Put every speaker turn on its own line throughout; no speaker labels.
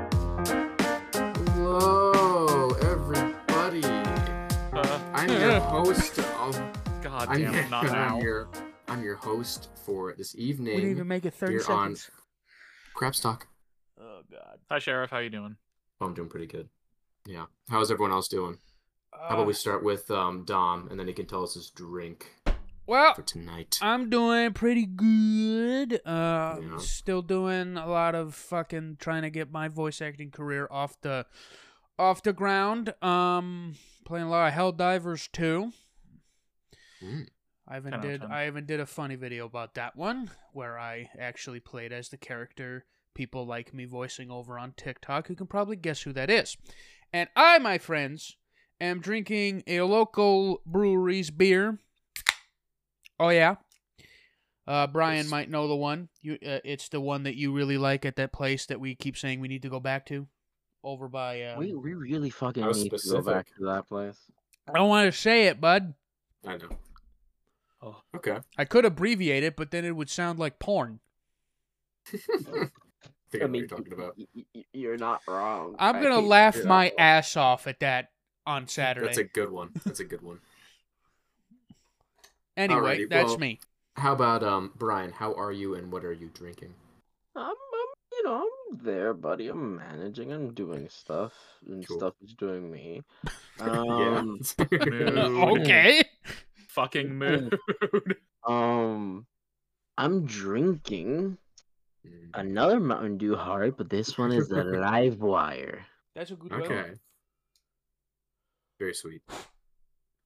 Uh, hmm.
I'm your host. Of,
God
I'm,
damn it, not now.
I'm your I'm your host for this
We didn't even
evening.
make it 30
You're on.
seconds.
Crapstock.
Oh god.
Hi, Sheriff. How you doing?
Oh, I'm doing pretty good. Yeah. How's everyone else doing? How
Uh,
about we start with um, Dom, and then he can tell us his drink
Oh.
Well,
for tonight.
Uh,
I'm doing pretty good. Uh,
Yeah.
still doing a lot of fucking trying to get my voice acting career off the off the ground. Um, playing a lot of Hell Divers too.
Mm.
I even
10 out of
did
10.
I even did a funny video about that one where I actually played as the character people like me voicing over on TikTok. You can probably guess who that is. And I, my friends, am drinking a local brewery's beer. Oh yeah. Uh, Brian
Yes.
might know the one. You, uh, it's the one that you really like at that place that we keep saying we need to go back to, over by. Uh,
we we really fucking
How
need to go back
specific.
to that place.
I don't want to say it, bud.
I know.
Oh.
Okay.
I could abbreviate it, but then it would sound like porn.
Figure out what you're talking about.
are not wrong.
I'm
I
gonna
think-
laugh
yeah.
my ass off at that on Saturday.
That's a good one. That's a good one.
anyway,
Alrighty,
that's
well-
me.
How about um, Brian? How are you, and what are you drinking?
I'm, I'm, you know, I'm there, buddy. I'm managing. I'm doing stuff, and
Cool.
stuff is doing me. Um,
yeah.
Mood.
Uh, okay.
Fucking mood.
um, I'm drinking
Mm.
another Mountain Dew hard, but this one is the Live Wire.
That's a good
okay. Very sweet.
It-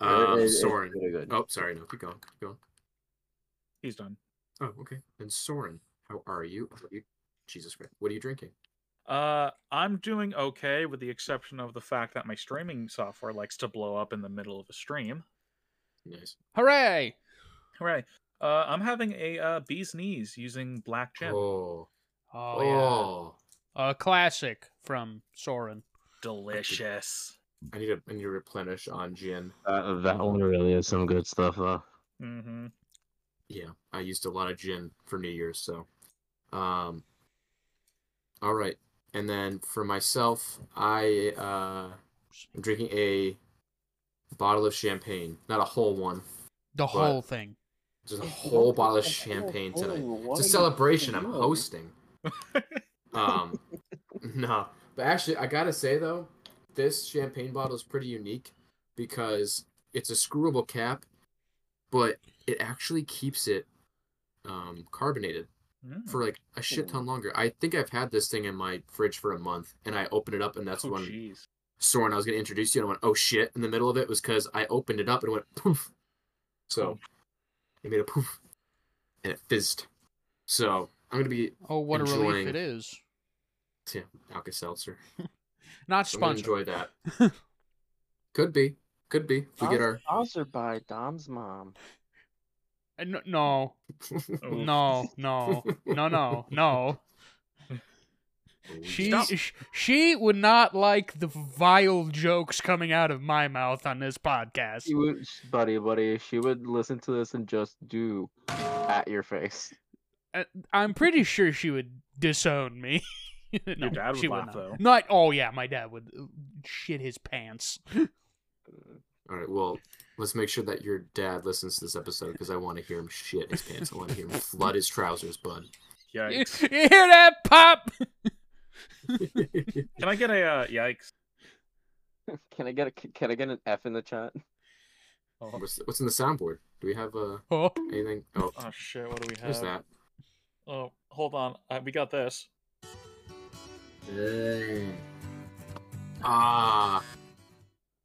Um,
it- it's
Soren.
really good.
Oh, sorry. No, keep going. Keep going.
He's done.
Oh, okay. And Soren, how are you? What are you? Jesus Christ. What are you drinking?
Uh, I'm doing okay, with the exception of the fact that my streaming software likes to blow up in the middle of a stream.
Nice.
Hooray!
Hooray! Uh, I'm having a uh, bee's knees using black gem.
Oh.
Oh,
Oh.
yeah, a classic from Soren.
Delicious.
I need to. I need to replenish on gin.
Uh, that one really is some good stuff, though.
Mm-hmm.
Yeah, I used a lot of gin for New Year's, so um all right. And then for myself, I uh I'm drinking a bottle of champagne. Not a whole one.
The whole thing.
Just a whole bottle of champagne tonight. It's a celebration I'm hosting. Um no. But actually I gotta say though, this champagne bottle is pretty unique because it's a screwable cap, but it actually keeps it um carbonated
Mm.
for like a shit ton longer. I think I've had this thing in my fridge for a month, and I opened it up, and that's
oh,
when
jeez.
Soren I was gonna introduce you, and I went, "Oh shit!" In the middle of it was because I opened it up and it went poof. So
Oh.
it made a poof, and it fizzed. So I'm gonna be
Oh, what a
Enjoying-
relief it is.
Alka Seltzer. I'm
Not
gonna
sponsored.
enjoy that. Could be, could be. If we
Oh.
get our
Sponsored by Dom's mom.
Uh, No, no,
Oh.
no, no, no, no, no. She
Stop.
sh- she would not like the vile jokes coming out of my mouth on this podcast.
She would, buddy, buddy. She would listen to this and just do at your face.
I'm pretty sure she would disown me. Your
dad would
she
laugh,
not.
though.
Not oh yeah, my dad would uh, shit his pants.
all right. Well, let's make sure that your dad listens to this episode because I want to hear him shit his pants. I want to hear him flood his trousers, bud.
you,
Yikes.
you hear that pop?
Can I get a uh, yikes?
Can I get a? Can I get an F in the chat?
Oh,
What's what's in the soundboard? Do we have uh
Oh,
anything? Oh,
oh, shit, what do we
there's
have?
that.
Oh, hold on. Uh, we got this.
Ah,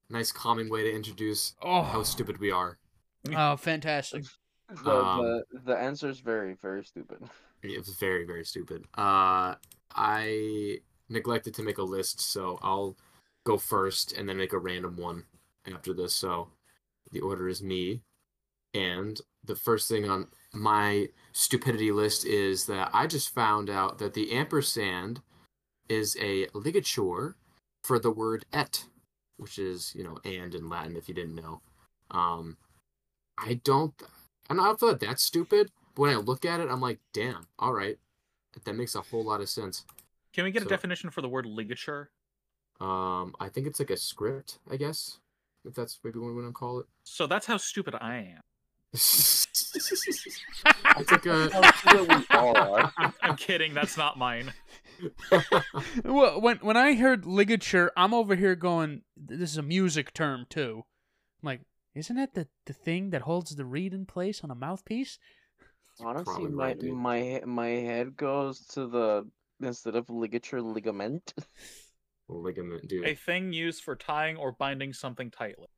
nice calming way to introduce how
oh,
stupid we are.
oh, fantastic.
The,
Um,
the the answer is very very stupid.
It was very very stupid. Uh, I neglected to make a list, so I'll go first and then make a random one after this. So the order is me, and the first thing on my stupidity list is that I just found out that the ampersand is a ligature for the word et, which is you know and in Latin. If you didn't know, um, I don't. I don't I don't feel that that's stupid. But when I look at it, I'm like, damn. All right, that makes a whole lot of sense.
Can we get
So-
a definition for the word ligature?
Um, I think it's like a script, I guess. if that's maybe what we want to call it.
So that's how stupid I am.
I
I
took a.
we all are.
I'm, I'm kidding. That's not mine.
Well, when when I heard ligature, I'm over here going, "This is a music term too." I'm like, isn't that the the thing that holds the reed in place on a mouthpiece?
Honestly,
probably
my
right, dude.
my he- my head goes to the instead of ligature ligament.
Ligament, dude.
A thing used for tying or binding something tightly.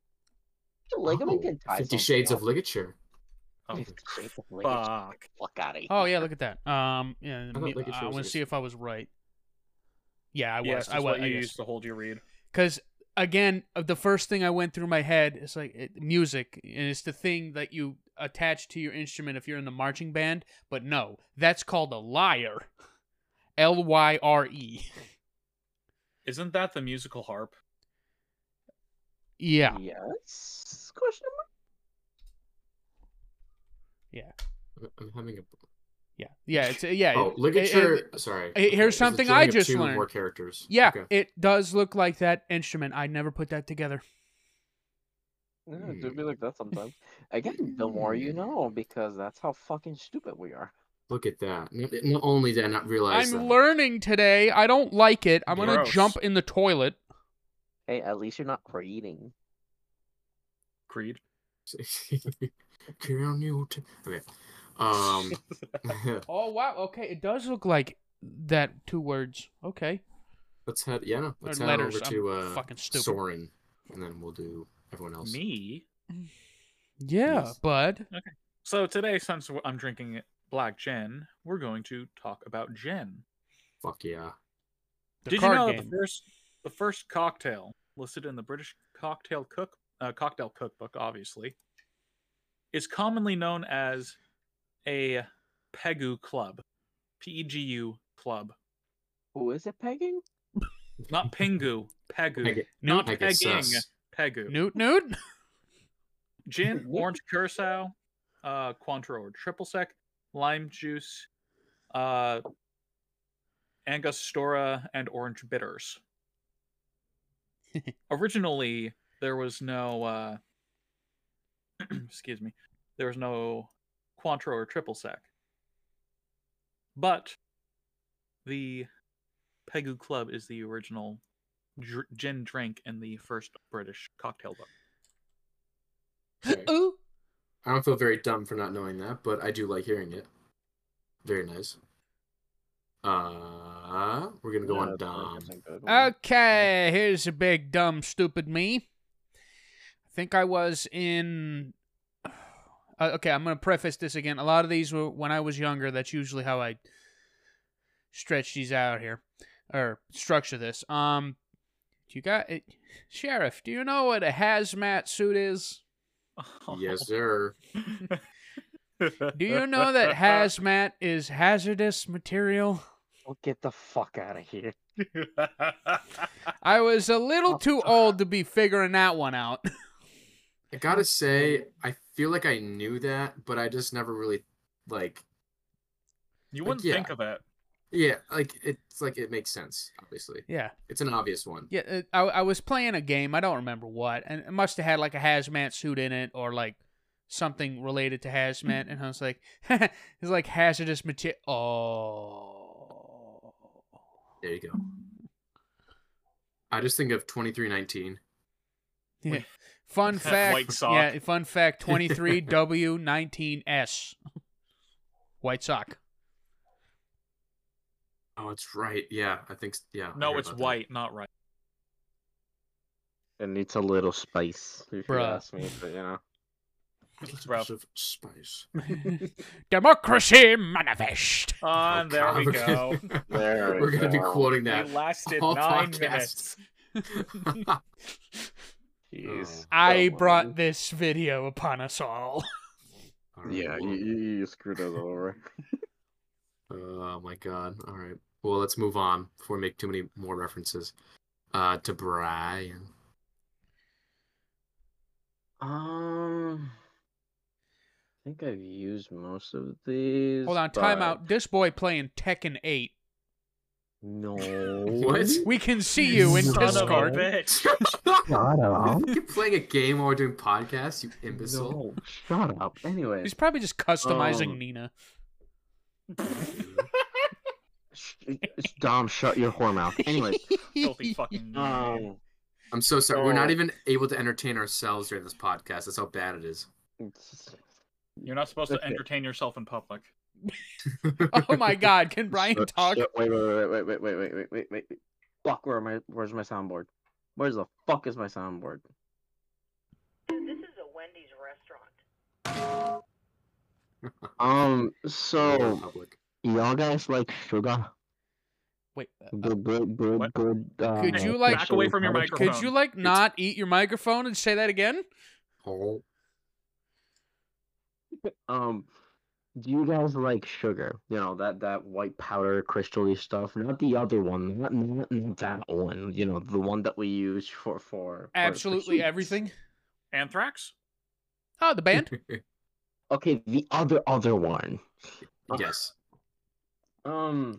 Ligament
Oh,
can tie
Fifty
something
Shades
up.
of Ligature.
Oh,
Fifty Shades of ligature.
fuck.
Fuck out of here.
Oh yeah, look at that. Um, yeah,
I thought
me-
ligature
I
was
want to
yours.
see if I was right. Yeah, I was.
Yeah, it's
I
just
was.
what you use to hold your reed.
Because again, uh, the first thing I went through my head is like it, music, and it's the thing that you attach to your instrument if you're in the marching band. But no, that's called a lyre. L Y R E.
Isn't that the musical harp?
Yeah.
Yes. Question mark.
I'm- I'm having a.
Yeah. Yeah. It's yeah.
Oh,
it- it-
ligature.
it-
sorry.
here's
Okay, it's a
something
joining
I
of
just
two or
learned.
More characters.
yeah,
Okay.
it does look like that instrument. I never put that together.
Yeah, it do be like that sometimes. Again, the more you
Hmm.
know, because that's how fucking stupid we are.
Look at that. Not, not only did I not realize.
I'm
that-
learning today. I don't like it. I'm gonna
Gross.
jump in the toilet.
Hey, at least you're not creating.
Creed.
Carol Newton. Okay. Um.
Oh wow. Okay, it does look like that. Two words. Okay.
let's head. Yeah. No, let's
or
head
letters.
over to
I'm
uh,
fucking stupid.
Soren, and then we'll do everyone else.
Me.
Yeah,
Yes.
bud.
So today, since w- I'm drinking black gin, we're going to talk about gin.
Fuck yeah.
The
Did you
card
know that
game.
the first the first cocktail listed in the British cocktail cook uh, cocktail cookbook, obviously, is commonly known as a Pegu Club, P E G U Club,
Who is it pegging?
not Pingu, Pegu,
Peg-
not
Like it's
pegging,
sus.
Pegu.
Newt Newt?
gin,
Nope.
orange curacao, uh, Cointreau or triple sec, lime juice, uh, Angostura, and orange bitters. Originally, there was no, uh, excuse me, there was no Cointreau or triple sec, but the Pegu Club is the original dr- gin drink in the first British cocktail book.
Okay.
Ooh.
I don't feel very dumb for not knowing that, but I do like hearing it. Very nice. Uh, we're gonna go on Dom.
Oh. Okay, here's a big dumb stupid me. I think I was in Uh, okay, I'm going to preface this again. A lot of these were when I was younger. That's usually how I stretch these out here or structure this. Um do you got it? Sheriff, do you know what a hazmat suit is?
oh.
Yes, sir.
Do you know that hazmat is hazardous material?
Well, get the fuck out of here.
I was a little too old to be figuring that one out.
I gotta say, I feel like I knew that, but I just never really like.
you
Like,
wouldn't
yeah.
think of it.
Yeah, like it's like it makes sense. Obviously,
yeah.
it's an obvious one.
Yeah, uh, I, I was playing a game. I don't remember what, and it must have had like a hazmat suit in it or like something related to hazmat.
Mm-hmm.
And I was like, it's like hazardous material. Oh,
There you go. I just think of twenty three nineteen.
yeah. Fun
That
fact.
white sock.
Yeah, fun fact. Twenty three W nineteen S. White sock.
Oh, it's right. Yeah, I think. s- Yeah. I
No,
heard
it's
about that.
white, not right.
It needs a little spice, if you
Bruh.
ask me. But you know,
A little
Rough.
bit of spice.
Democracy manifest.
On
Oh,
there
God,
we
we're
go.
gonna-
There we
we're gonna be
go.
quoting
We
that.
lasted
all
nine
podcasts.
minutes.
jeez.
Oh,
I
That
brought
one.
this video upon us all.
All right,
Yeah, you,
well,
you, you screwed us over.
Oh my god. All right. Well, let's move on before we make too many more references. Uh, to Brian.
um, I think I've used most of these.
Hold on,
but-
time out. This boy playing Tekken 8.
No.
What?
We can see you in
Son of a
Discord.
bitch.
Shut up.
You're playing a game while we're doing podcasts, you imbecile.
No, shut up. Anyway,
He's probably just customizing
Um,
Nina.
Sh- sh- Dom, shut your whore mouth. Anyways,
Filthy fucking.
um,
I'm so sorry. We're not
Oh.
even able to entertain ourselves during this podcast. That's how bad it is.
it's-
You're not supposed to
okay.
entertain yourself in public.
Oh my God! Can Brian
shut-
talk?
shut- Wait, wait, wait, wait, wait, wait, wait, wait, wait, wait. Fuck, where am I? Where's my soundboard? Where's the fuck is my soundboard?
This is a Wendy's restaurant.
Um,
We're in
so
public.
y'all guys like sugar?
Wait. uh,
Good, good, good,
What?
good. Uh,
Could you, like-
Back away from your microphone.
Could you like not eat your microphone and say that again?
Oh,
Um, do you guys like sugar? You know that that white powder, crystally stuff. Not the other one. Not, not, not that one. You know the one that we use for for for- for
Absolutely
sweets.
everything.
Anthrax?
Oh, the band.
Okay, the other other one.
yes.
Um,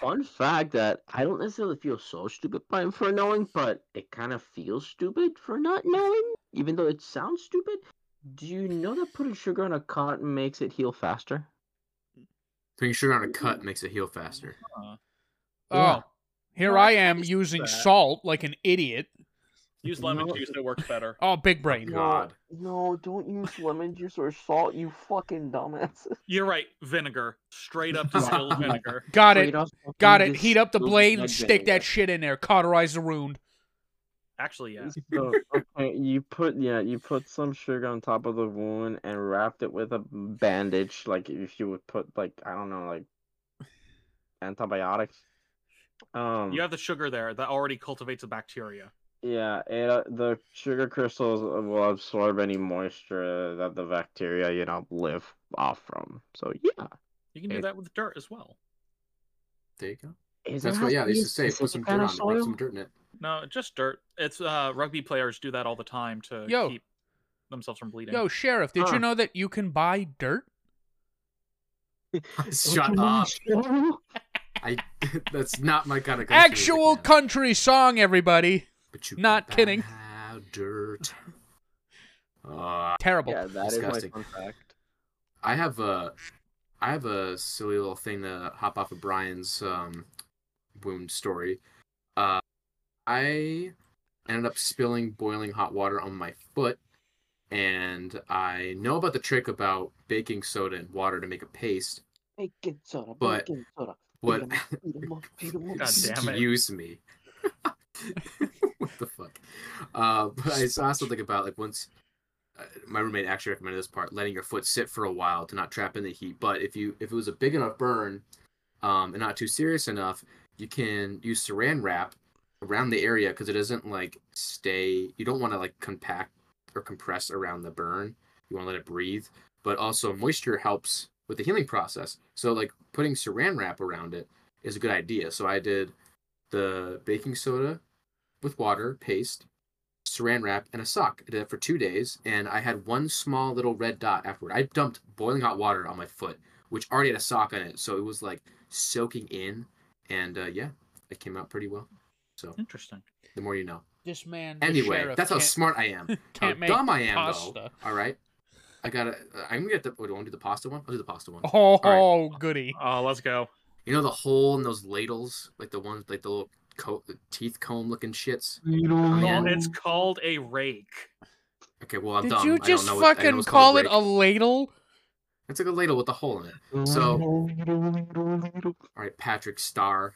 fun fact that I don't necessarily feel so stupid by for knowing, but it kind of feels stupid for not knowing, even though it sounds stupid. Do you know that putting sugar on a cut makes it heal faster?
Putting sugar on a cut makes it heal faster.
Yeah.
Oh, here
Well,
I
I
am
noticed
using
that.
salt like an idiot.
Use lemon
No.
juice. It works better.
Oh, big brain.
God.
No, don't use lemon juice or salt, you fucking dumbass.
You're right. Vinegar. Straight up distilled vinegar.
Got it. Got it. Heat up the blade and stick that shit in there. Cauterize the wound.
Actually, yeah.
so, okay, you put yeah, you put some sugar on top of the wound and wrapped it with a bandage, like if you would put like I don't know, like antibiotics. Um,
You have the sugar there that already cultivates a bacteria.
yeah, it, uh, the sugar crystals will absorb any moisture that the bacteria you know live off from. So yeah,
You can do
It-
that with dirt as well.
There you go.
Is
That's
that
what,
how
yeah, they used to say
use- is
put
this
some
kind
dirt
of
on it. Rub
soil?
some dirt in it.
No, just dirt. It's uh rugby players do that all the time to
Yo.
keep themselves from bleeding.
Yo, sheriff, did you
Huh.
know that you can buy dirt?
Shut up. I, that's not my kind of country music,
Actual
man.
country song, everybody.
But you
not
can
kidding.
buy Dirt. Uh,
Terrible.
Yeah, that is
Disgusting.
my fun fact.
I have a, I have a silly little thing to hop off of Brian's um, wound story. Uh, I ended up spilling boiling hot water on my foot, and I know about the trick about baking soda and water to make a paste.
Baking soda,
But-
baking soda.
What?
Beat 'em up, beat 'em up, beat 'em
God
up.
damn it.
Excuse me. what the fuck? Uh, but I saw something about like once. Uh, my roommate actually recommended this part: letting your foot sit for a while to not trap in the heat. But if you if it was a big enough burn, um, and not too serious enough, you can use Saran wrap around the area because it doesn't like stay. You don't want to like compact or compress around the burn. You want to let it breathe. But also moisture helps with the healing process. So like putting Saran wrap around it is a good idea. So I did the baking soda with water, paste, saran wrap, and a sock. I did that for two days, and I had one small little red dot afterward. I dumped boiling hot water on my foot, which already had a sock on it, so it was like soaking in, and uh, yeah, it came out pretty well. So
Interesting.
the more you know.
This man. the
Anyway,
sheriff,
that's how
can't-
smart I am. How
Can't make
dumb I am,
pasta.
though. All right, I gotta. uh, I'm gonna get the. Wait, do I want to do the pasta one? I'll do the pasta one.
Oh,
All
goody.
Oh, let's go.
You know the hole in those ladles, like the ones, like the little co- teeth comb looking shits.
You don't
Yeah.
Well,
know.
it's called a rake.
Okay, well I'm
Did
dumb.
you
I
just
don't know what- I know
fucking
it's
call
called
it a
rake.
ladle?
It's like a ladle with a hole in it. So- All right, Patrick Starr,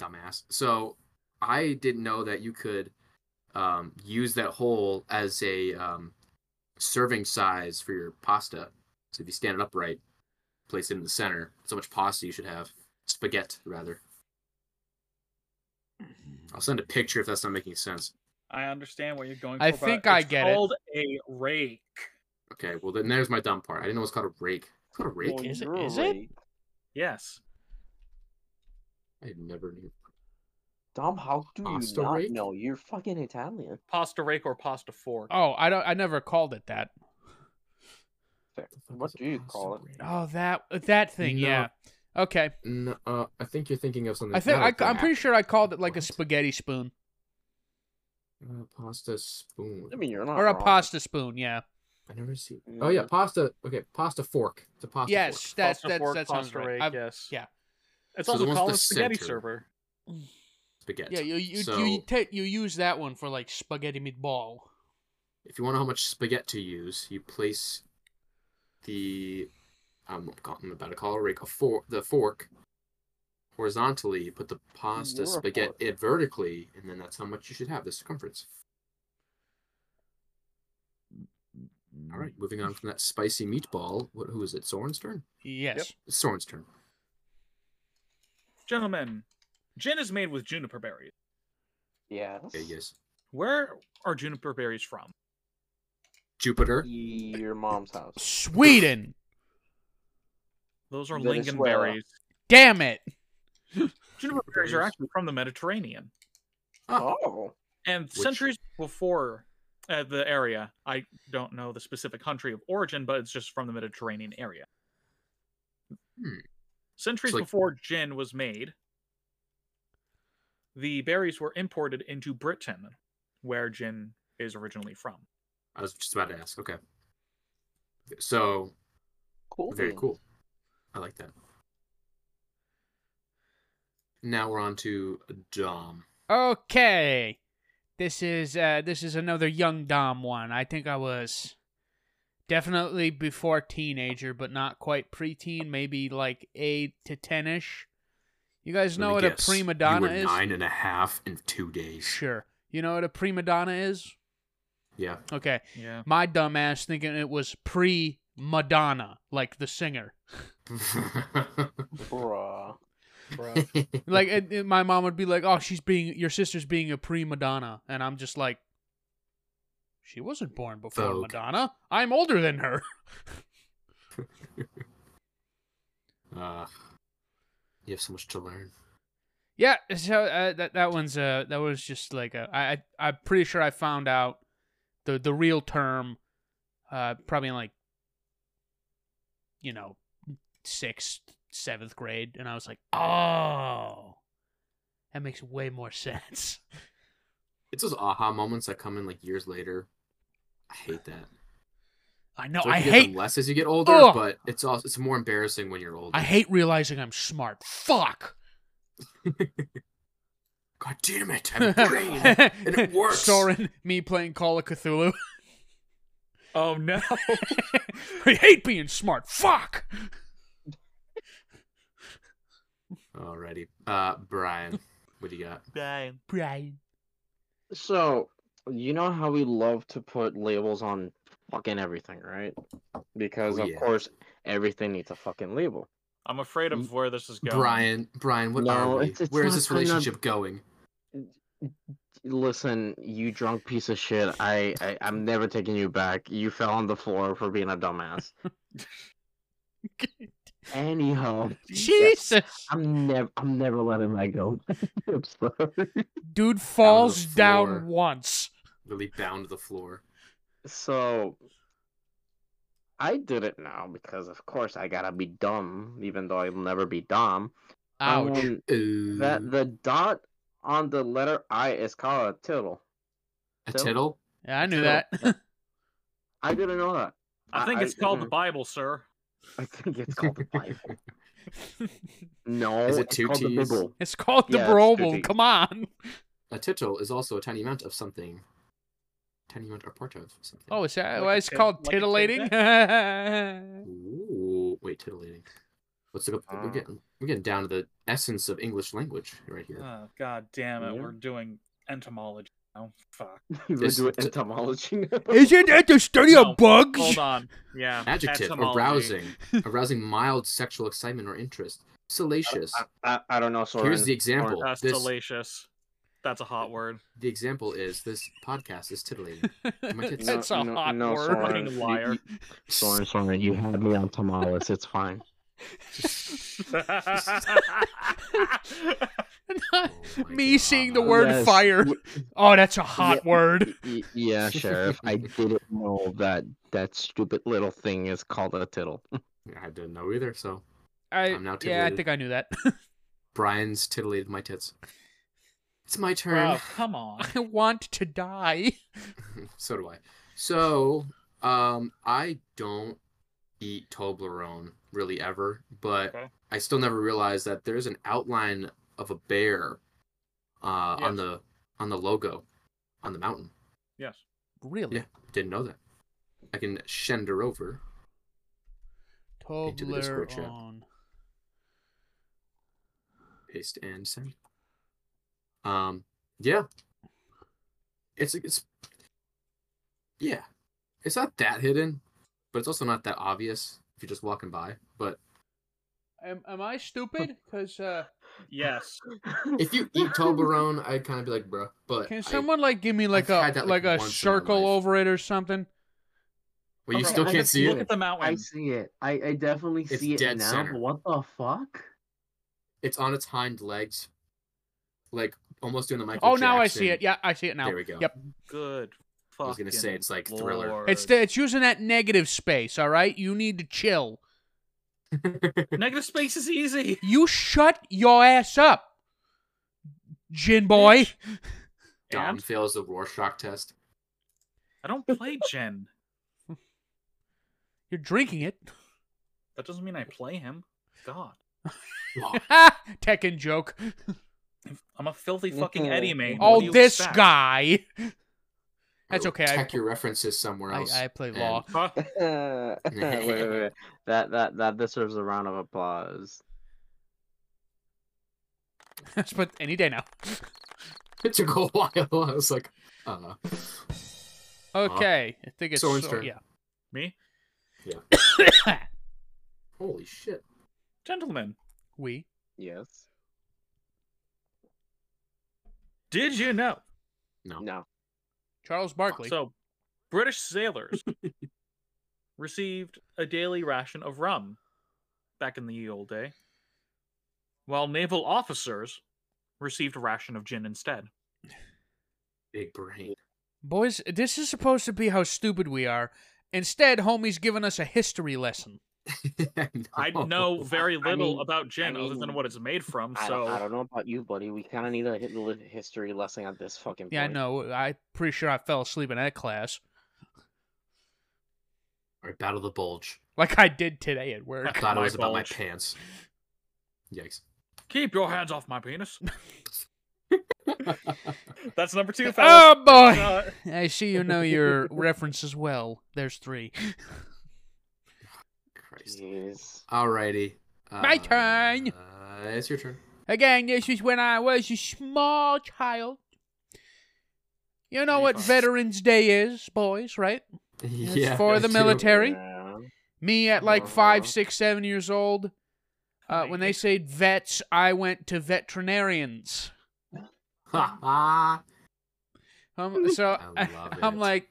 dumbass. So I didn't know that you could um, use that hole as a um, serving size for your pasta. So if you stand it upright, place it in the center. So much pasta you should have, spaghetti rather. I'll send a picture if that's not making sense.
I understand what you're going for.
I
but
think I
it's
get it.
called a rake.
Okay, well then there's my dumb part. I didn't know it's called a rake. It's called a rake.
Well,
Is it-
you're a
is it?
rake.
Yes.
I never knew.
Dom, how do you
Pasta
not
rake?
know? You're fucking Italian.
Pasta rake or pasta fork.
Oh, I don't. I never called it that.
Fair. What do you call it?
Oh, that that thing.
No.
Yeah. Okay.
No, uh, I think you're thinking of something.
I think
not
I,
like
I'm
that.
pretty sure I called it like a
What?
spaghetti spoon
Uh, pasta spoon.
I mean, you're not
or a
wrong.
pasta spoon. Yeah.
I never see. Oh yeah,
Mhm.
pasta. Okay, pasta fork. It's a pasta
yes, that's
Pasta
that's
fork,
that sounds
pasta
right.
rake,
I've-
yes.
yeah.
It's
So the
also
one's
called
the
a spaghetti
center.
server.
fork. Spaghetti.
Yeah, you you
So-
you, ta- you use that one for like spaghetti meatball.
If you want to know how much spaghetti to use, you place the I'm, call- I'm about to call it a rake, a fork, the fork horizontally. You put the pasta
You're a
spaghetti
fork.
it vertically, and then that's how much you should have the circumference. All right, moving on from that spicy meatball. What, who is it? Soren's turn.
Yes.
It's Soren's turn.
Gentlemen, gin is made with juniper berries.
Yes.
Okay, yes.
Where are juniper berries from?
Jupiter.
Your mom's house.
Sweden.
Those are
Venezuela.
lingonberries.
Damn it.
Juniper berries are actually from the Mediterranean.
Oh.
And
Which-
centuries before uh, the area, I don't know the specific country of origin, but it's just from the Mediterranean area.
Hmm.
Centuries
So, like-
before gin was made, the berries were imported into Britain, where gin is originally from.
I was just about to ask. Okay. So
Cool.
very cool. I like that. Now we're on to Dom.
Okay. This is uh this is another young Dom one. I think I was definitely before teenager, but not quite preteen, maybe like eight to ten ish. You guys
Let
know
me
what a
guess,
prima
you
donna
were
is?
Nine and a half in two days.
Sure. You know what a prima donna is?
Yeah.
Okay.
Yeah.
My dumbass thinking it was pre Madonna, like the singer.
Bruh.
Like it, it- my mom would be like, "Oh, she's being your sister's being a pre Madonna," and I'm just like, "She wasn't born before
Vogue.
Madonna. I'm older than her."
uh, you have so much to learn.
Yeah, so uh, that that one's uh that was just like a, I I I'm pretty sure I found out the the real term uh probably in like you know sixth seventh grade and I was like oh that makes way more sense
It's those aha moments that come in like years later. I hate that.
I know
So
Oh, I
you get them
hate
less as you get older,
Ugh.
but it's also it's more embarrassing when you're older.
I hate realizing I'm smart fuck
God damn it! I'm a brain. and it works.
Soren me playing Call of Cthulhu
Oh no.
I hate being smart fuck
Alrighty. Uh, Brian, what do you got?
Brian
So, you know how we love to put labels on fucking everything, right? Because
Oh,
of
yeah.
course everything needs a fucking label.
I'm afraid of where this is going.
Mm, Brian, Brian, what
No,
are we?
it's- it's
Where is
not
this
gonna-
relationship going?
Listen, you drunk piece of shit. I, I I'm never taking you back. You fell on the floor for being a dumbass. Anyhow,
Jesus
I'm never I'm never letting that go. I'm sorry.
Dude falls
floor.
down once.
Really bound to the floor.
So I did it now because of course I gotta be dumb, even though I'll never be dumb.
Ouch.
Oh,
Um,
Ooh,
that the dot on the letter I is called a tittle.
a tittle?
Yeah, I knew
so-
that.
I didn't know that.
I think it's called the Bible, sir.
I think it's called the Bible. No,
Is it
it's
two
called the
Ts?
Bible.
it's called the
Yeah, it's
Brobel.
dirty.
Come on.
A tittle is also a tiny amount of something. Tiny amount or part of something.
Oh, is that
Like
why
a
it's
tin-
called
like a tin
titillating?
Ooh, wait, titillating. Let's look up.
Uh.
We're
Ah.
getting we're getting down to the essence of English language right here.
Uh,
Oh, God damn it.
Yeah.
We're doing entomology now. Fuck.
You were
It's
doing
t-
entomology.
Isn't that the study
of No,
bugs?
Hold on. Yeah.
Adjective:
etymology.
arousing, arousing mild sexual excitement or interest. Salacious.
I, I, I don't know. Soren.
Here's the example.
uh,
That's
This, Uh,
salacious. That's a hot word.
the example is this podcast is titillating. My tits.
That's a hot word.
Soren. Fucking
You-
liar.
you- Soren, Soren, you had me on tamales. It's fine.
Oh my
Me seeing the
God.
word
Yes.
fire.
Y-
Oh, that's a hot
Yeah.
word.
y- yeah, Sheriff. I didn't know that that stupid little thing is called a tittle.
I didn't know either. So
I
I'm now
yeah, I
titillated.
think I knew that.
Brian's titillated my tits. It's my turn.
Bro, come on.
I want to die.
so do I. So, um, I don't eat Toblerone really ever, but
Okay.
I still never realized that there's an outline of a bear uh, on
Yes.
the on the logo on the mountain.
Yes.
Really?
Yeah. Didn't know that. I can shender over. Into the Discord chat.
Toblerone.
paste and send. Um, yeah, it's it's yeah, it's not that hidden, but it's also not that obvious if you're just walking by. But
Am, am I stupid? Because uh,
Yes.
if you eat Toblerone, I'd kind of be like, bruh. But I-
can someone like give me like
I've had
a
that, like,
like
once
a
in my
circle
life.
over it or something?
well, you
Okay,
still
I
can't
just
see
Look
it.
at the
I
mountain.
see it. I, I definitely
It's
see it
dead
now.
center.
But what the fuck?
It's on its hind legs, like almost doing the Michael.
Oh, now I see it.
Jackson-
Yeah, I see it now.
There we go.
Yep.
Good.
I was gonna say,
fucking
it's like Thriller.
lord.
It's the, it's using that negative space. All right, you need to chill.
negative space is easy.
You shut your ass up, Gin boy.
Dom
And
fails the Rorschach test.
I don't play Jen.
You're drinking it.
That doesn't mean I play him. God.
Oh,
Tekken joke.
I'm a filthy fucking
Mm-hmm.
Mhm.
Eddie, mate. What do
Oh,
you
this
expect?
guy. That's
or
okay, I-
Check your references somewhere
I,
else.
I play
and-
law.
Huh?
wait, wait, wait. That that that deserves a round of applause.
but any day now.
It took a while. I was like, uh,
Okay, I think it's
Soren's
so-
turn.
yeah.
Me?
holy shit.
Gentlemen,
We
Yes.
did you know?
No.
No.
Charles Barkley.
So, British sailors received a daily ration of rum back in the old day, while naval officers received a ration of gin instead.
Big brain.
Boys, this is supposed to be how stupid we are. Instead, homie's giving us a history lesson.
I know very
I- I
little
mean-
about gin
I
other than
mean,
what it's made from,
I,
so
don't, I don't know about you, buddy. We kind of need a hit- li- history lesson at this fucking.
Yeah, I
point.
know. I'm pretty sure I fell asleep in that class,
All right, Battle of the Bulge.
like I did today at work.
I thought it
My
was about my
bulge.
pants. Yikes.
keep your hands off my penis. That's number two, fellas.
oh boy!
Uh,
I see you know your references well. There's three.
Christ.
Jeez.
Alrighty.
My turn.
Uh, it's your turn.
Again, this is when I was a small child. You know
Hey,
what
boss.
Veterans Day is, boys, right?
yeah.
for
me
the
too.
military. Terry?
Yeah.
Me at
Uh-huh.
like five, six, seven years old. Uh, when they
Amazing.
say vets, I went to veterinarians.
Ha, ha.
Um, so
I
I
love
am
it.
like,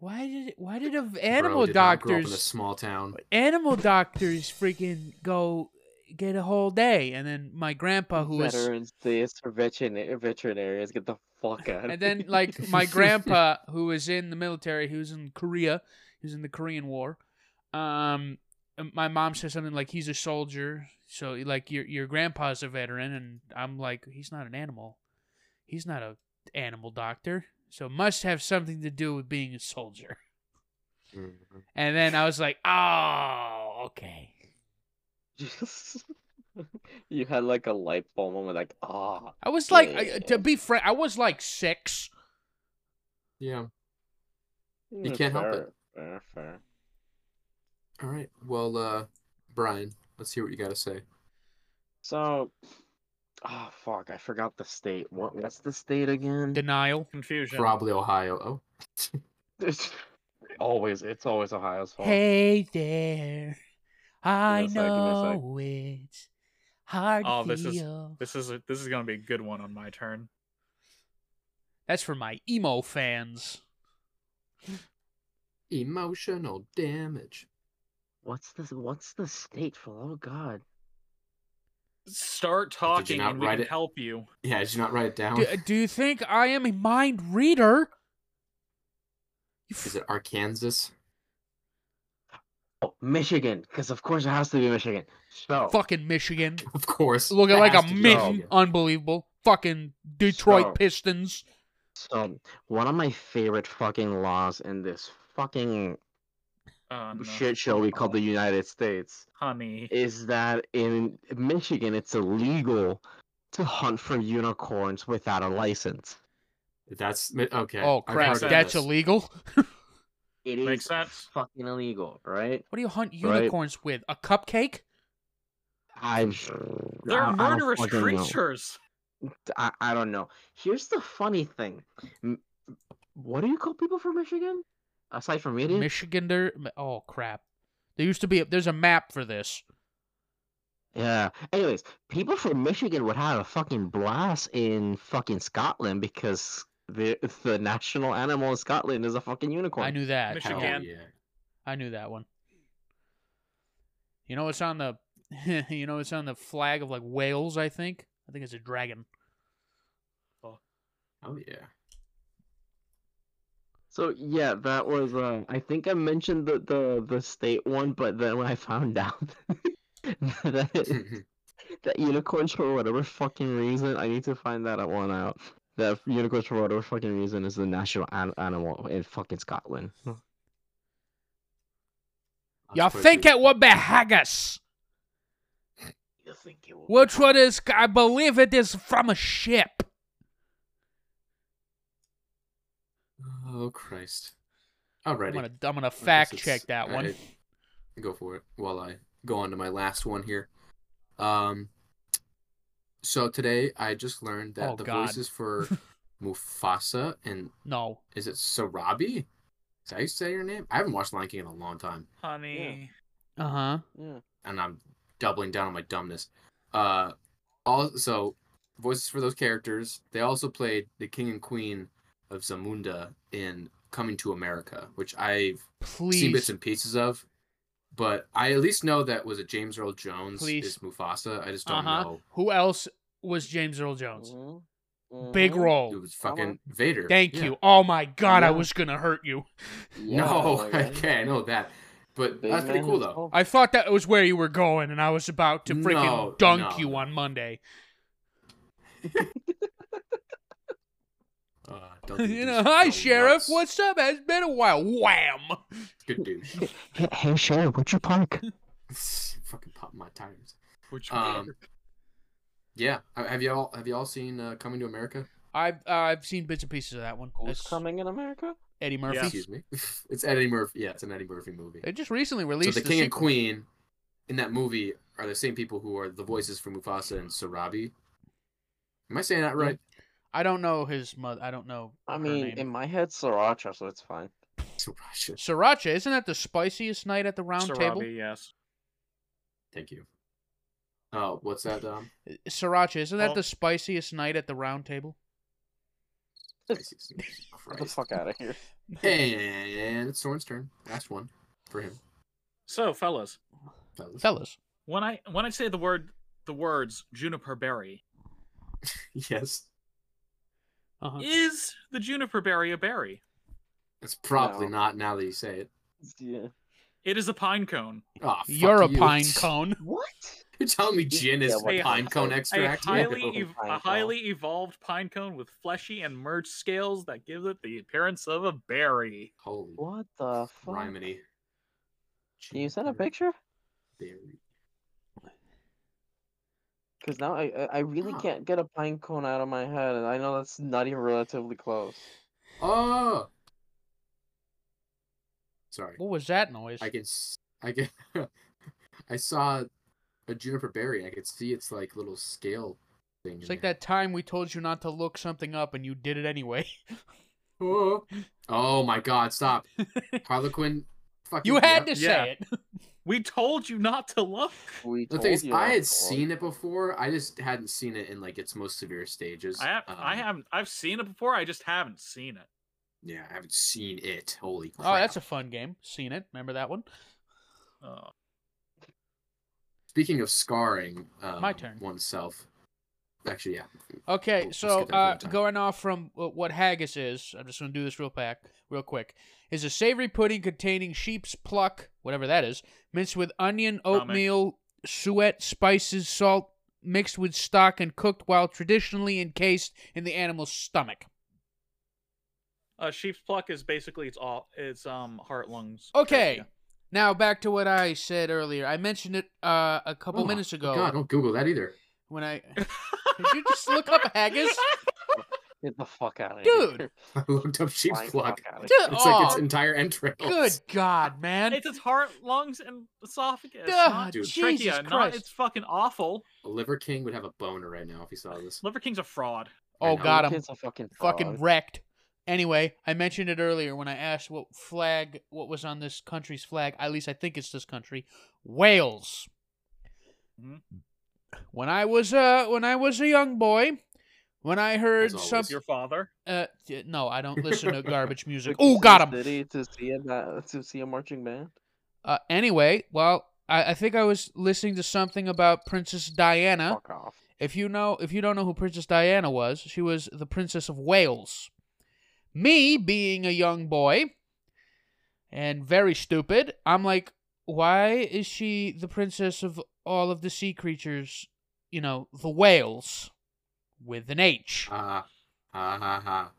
why did why did a,
Bro
animal
did not grow up in a
doctors
small town.
animal doctors freaking go get a whole day? And then my grandpa who was
Veterans Day is for veterinar- veterinarians. Get the fuck out.
and then like my grandpa who was in the military he was in korea he was in the korean war um and my mom says something like he's a soldier so like your your grandpa's a veteran and i'm like he's not an animal he's not a animal doctor so it must have something to do with being a soldier
Mhm.
and then i was like oh okay
Just- you had like a light bulb moment, like ah.
i was like I, to be frank i was like six
Yeah.
You
can't help it.
Fair, fair.
All right. Well, uh, Brian, let's hear what you got to say.
So, oh fuck, I forgot the state. What? What's the state again?
denial
confusion.
Probably Ohio. Oh,
It's always it's always Ohio's fault.
Hey there, I
Give me a sec, give me a sec.
know it's hard
Oh,
to
this is-
feel.
This is a, this is gonna be a good one on my turn.
That's for my emo fans.
emotional damage.
What's the what's the state for? Oh god.
Start
you
talking
not
and we
write
can
it?
help you.
Yeah, did you not write it down?
Do, do you think I am a mind reader? You
Is
f-
it Arkansas?
Oh, Michigan, because of course it has to be Michigan.
Oh.
So
Fucking Michigan.
Of course.
Looking like a
Has to be
mitten.
Michigan.
Unbelievable. Fucking Detroit
So-
Pistons.
So one of my favorite fucking laws in this fucking
Oh, no.
shit show we call the United States
Honey.
is that in Michigan it's illegal to hunt for unicorns without a license.
That's okay.
Oh
I've
crap,
heard of
that's
this.
illegal.
It
Makes
is
sense.
fucking illegal, right?
What do you hunt
Right.
unicorns with? A cupcake?
I've I- I
They're
don't
murderous
fucking know.
creatures.
I, I don't know. Here's the funny thing. M- What do you call people from Michigan? Aside from
Mm-hmm.
idiots?
Michigander. Oh crap. There used to be. There's a map for this.
Yeah. Anyways, people from Michigan would have a fucking blast in fucking Scotland because the the national animal in Scotland is a fucking unicorn.
I knew that.
Hell
Michigan. Michigan.
yeah.
I knew that one. You know it's on the. you know it's on the flag of like Wales. I think. I think it's a dragon.
Oh yeah.
So yeah, that was. Uh, I think I mentioned the, the the state one, but then when I found out that, it- that unicorns for whatever fucking reason, I need to find that one out. That unicorns for whatever fucking reason is the national an- animal in fucking Scotland.
You think it would be haggis?
You think it will?
Which one is? I believe it is from a ship.
Oh Christ.
I'm
Alrighty.
gonna, I'm gonna
I guess
fact
it's-
check that
I-
one.
I- go for it while I go on to my last one here. Um. So today I just learned that
Oh,
the
God.
voices for Mufasa and
No,
is it Sarabi? Is that how you say your name? I haven't watched Lion King in a long time,
Honey.
uh huh.
Yeah.
and I'm doubling down on my dumbness. Uh, also voices for those characters. They also played the king and queen of Zamunda in Coming to America, which I've seen bits
Please,
and pieces of, but I at least know that was it James Earl Jones
Please.
is Mufasa. I just
uh
don't
huh.
know.
Who else was James Earl Jones?
Mm-hmm.
Big
It
role.
was
Oh,
fucking Vader.
Thank
Yeah.
you. Oh my god, I
Yeah.
was gonna hurt you.
No, okay, I know that, but
Big
that's pretty
man
cool though.
himself.
I thought that was where you were going, and I was about to freaking
No,
dunk
no,
you
no.
on Monday.
Uh, don't do
you know,
this.
hi
Don't
sheriff,
nuts.
what's up? It's been a while. Wham!
good douche?
Hey, hey Sherry, what's your park?
fucking pop my tires.
Which
Um, Yeah, Uh, have y'all have y'all seen uh, Coming to America?
I've uh, I've seen bits and pieces of that one.
Who's
It's
coming in America?
Eddie Murphy.
Yeah.
Excuse me, it's Eddie Murphy. Yeah, it's an Eddie Murphy movie.
They just recently
So
released
the king and
sequel.
queen in that movie are the same people who are the voices for Mufasa and Sarabi. Am I saying that right?
I don't know his mother. I don't know.
I
her
mean,
name.
in my head, sriracha, so it's fine.
Sriracha.
Sriracha, isn't that the spiciest night at the round
Sarabi,
table?
yes.
Thank you. Oh, what's that? Um,
Sriracha, isn't that
Oh.
the spiciest night at the round table?
Jesus
Get the
Christ.
fuck out of here.
And it's Soren's turn. Last one for him.
So, fellas,
Fellas.
Fellas.
when I when I say the word the words juniper berry,
Yes,
Uh-huh.
is the juniper berry a berry?
it's probably
No.
not. Now that you say it,
Yeah.
It is a pine cone.
oh, fuck
You're a
you.
pine cone.
What?
You're telling me gin is
Yeah, what
the
pine
fuck?
cone
A
A
extract?
highly
No.
ev-
Pine
a
cone.
highly evolved pine cone with fleshy and merged scales that gives it the appearance of a berry.
Holy
What the fuck?
Rhymety.
Can you send a
Juniper
picture?
berry.
Because now I I- I really
Huh.
can't get a pine cone out of my head, and I know that's not even relatively close.
Oh. Sorry.
What was that noise?
I can s- I can I saw a juniper berry. I could see its like little scale thing. in
It's like
there.
that time we told you not to look something up and you did it anyway.
Oh, Oh my god! Stop, Harlequin. Fucking
You
yep.
had to say
Yeah.
it.
We told you not to look.
We
The thing is, I had seen it before. I just hadn't seen it in like its most severe stages.
I have, I
Um,
haven't I've seen it before. I just haven't seen it.
Yeah, I haven't seen it. Holy crap!
Oh, that's a fun game. Seen it. Remember that one?
Oh,
Speaking of scarring, um,
My turn.
oneself. Actually, yeah.
Okay,
We'll- we'll
so
skip that for
uh,
the time.
going off from wh- what haggis is, I'm just going to do this real pack, real quick. Is a savory pudding containing sheep's pluck, whatever that is, minced with onion,
Stomach.
oatmeal, suet, spices, salt, mixed with stock and cooked while traditionally encased in the animal's stomach.
Uh, sheep's pluck is basically it's all it's um heart lungs.
Okay.
trachea.
Now back to what I said earlier. I mentioned it uh, a couple
Oh,
minutes ago
God, don't Google that either.
when I did you just look up haggis,
Get the fuck out of
Dude.
here.
I looked up sheep's
Flying
pluck.
fuck outta
Dude,
here.
It's like its
oh,
entire entrails.
good God, man!
It's its heart, lungs, and esophagus.
Duh,
not
Dude.
Jesus
trachea. Not
Christ.
it's fucking awful.
A liver king would have a boner right now if he saw this.
Liver King's a fraud.
Oh
Right now.
God,
That
I'm
kid's a fucking
fucking
fraud.
wrecked. Anyway, I mentioned it earlier when I asked what flag, what was on this country's flag. At least I think it's this country, Wales.
Mhm.
When I was uh, when I was a young boy, when I heard
As always.
some,
Your father.
uh, y- no, I don't listen to garbage music. Oh, got him.
City to see a ma- to see a marching band.
Uh, anyway, well, I, I think I was listening to something about Princess Diana.
Fuck off.
If you know, if you don't know who Princess Diana was, she was the Princess of Wales. Me being a young boy and very stupid, I'm like, why is she the princess of all of the sea creatures? You know, the whales with an H.
Ah, ha ha ha.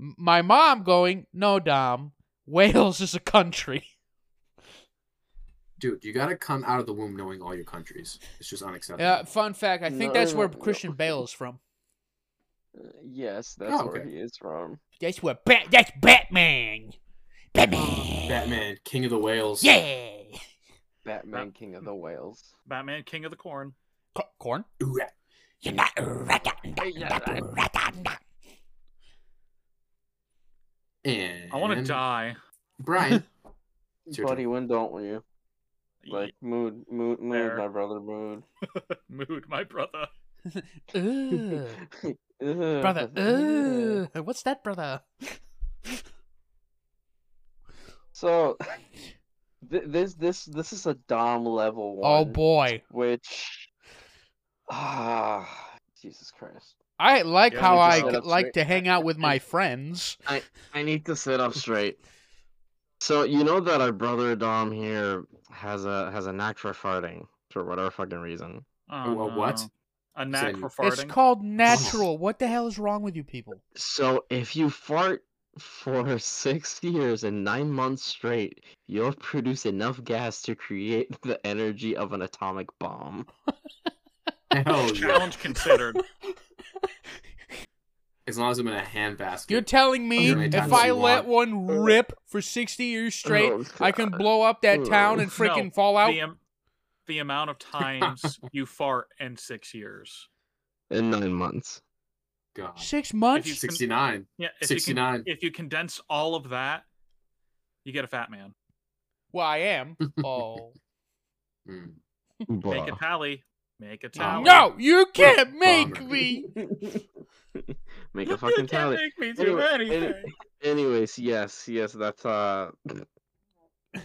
M- My mom going, no, Dom, Wales is a country.
Dude, you gotta come out of the womb knowing all your countries. It's just unacceptable.
Uh, fun fact, I think
No,
that's where
no, no.
Christian Bale is from.
Uh, Yes, that's
Oh,
where
okay.
he is from.
That's where Bat. That's Batman. Batman.
Batman, King of the Whales.
Yeah.
Batman, King of the Wales.
Batman, King of the Corn.
Co- Corn.
Ooh,
You're not
And
I want to die.
Brian. It's your
Buddy, when don't you? Like mood, mood, mood,
Fair.
my brother, mood.
Mood, my brother.
Ugh.
Ugh,
brother.
ugh.
Ugh. What's that, brother?
So, th- this this this is a dom level one.
Oh boy.
Which, ah, Jesus Christ.
I like
Yeah,
how
we
I
just
set up
like
straight.
to hang out with my friends.
I need to sit up straight. So you know that our brother Dom here has a has a knack for farting for whatever fucking reason.
Oh,
a what?
no. A knack
Say-
for
It's
farting.
called natural. What the hell is wrong with you people?
So if you fart for six years and nine months straight, you'll produce enough gas to create the energy of an atomic bomb.
Hell yeah.
Challenge considered.
As long as I'm in a handbasket.
You're telling me
How many
if
times
I
you
let
want?
one rip for 60 years straight,
Oh,
I can
God.
blow up that town and
No,
freaking fall out?
The, am- the amount of times you fart in six years.
in nine months.
God.
Six months?
you-
69.
Yeah, if you, con-
69.
if you condense all of that, you get a fat man.
Well, I am. Oh.
Mm.
Make a
Bruh.
tally. Make a
No.
tally.
No, you can't make
Bummer.
me.
Make a fucking tally.
make me
do Anyway, any- anything. Anyways, yes, yes, that's uh,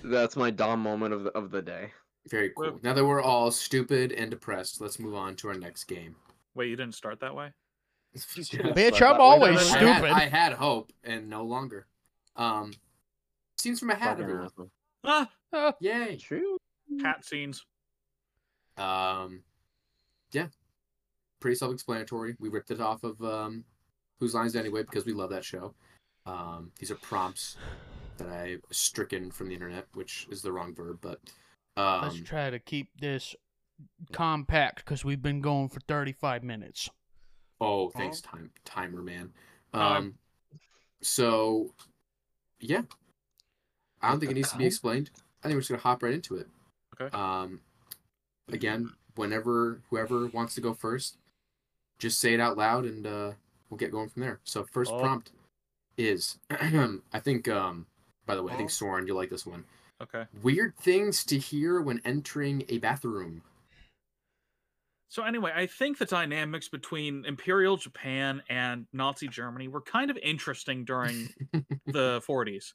that's my Dom moment of the of the day.
Very cool.
Well-
Now that we're all stupid and depressed, let's move on to our next game.
Wait, you didn't start that way?
Yeah.
Bitch,
But-
I'm
but-
always
I
stupid.
had, I had hope and no longer. Um, scenes from a hat,
Fucking
everyone.
asshole.
Ah,
Yay.
True.
cat scenes.
Um, yeah, pretty self-explanatory. We ripped it off of um, Whose Lines Anyway because we love that show. Um, these are prompts that I stricken from the internet, which is the wrong verb, but
Let's
um,
try to keep this compact because we've been going for 35 minutes.
oh, thanks time timer man.
Oh.
Um, so yeah, I don't think it needs to be explained. I think we're just gonna hop right into it.
Okay.
Um, again, whenever whoever wants to go first, just say it out loud, and uh, we'll get going from there. So first
Oh.
prompt is, I think. Um, by the way, I
Oh.
think Soren, you'll like this one.
Okay.
Weird things to hear when entering a bathroom.
So anyway, I think the dynamics between Imperial Japan and Nazi Germany were kind of interesting during the 40s.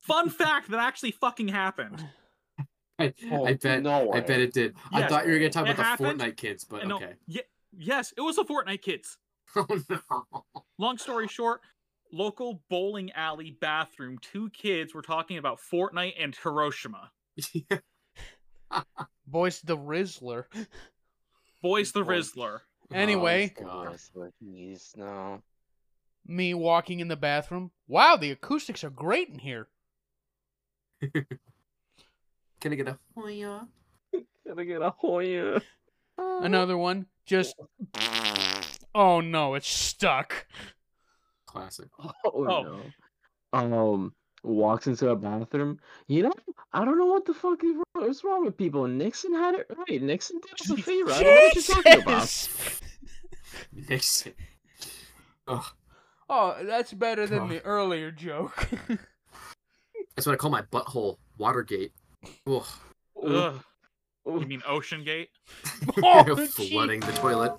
Fun fact that actually fucking happened.
I, I bet.
No
I bet it did. I
Yes.
thought you were gonna talk
Oh, It
about the
happened.
Fortnite kids, but
And no,
okay.
yeah, Yes, it was the Fortnite kids.
Oh no.
Long story short, local bowling alley bathroom, two kids were talking about Fortnite and Hiroshima.
Boys the Rizzler.
Boys the
Boys.
Rizzler.
Anyway.
Oh, God.
Jeez, no.
Me walking in the bathroom. Wow, the acoustics are great in here.
Can I get a hoya?
Gotta get a Hoya.
Another one. Just oh no, it's stuck.
Classic.
Oh,
Oh.
no. Um, walks into a bathroom. You know, I don't know what the fuck is wrong, is wrong with people. Nixon had it right. Nixon did us a favor. I don't know what you're talking about.
Jesus!
Nixon. Oh,
Oh, that's better than
God.
the earlier joke.
that's what I call my butthole. Watergate. Oh,
Ugh.
Ooh.
You mean Ocean Gate?
Oh,
flooding the
gee.
toilet.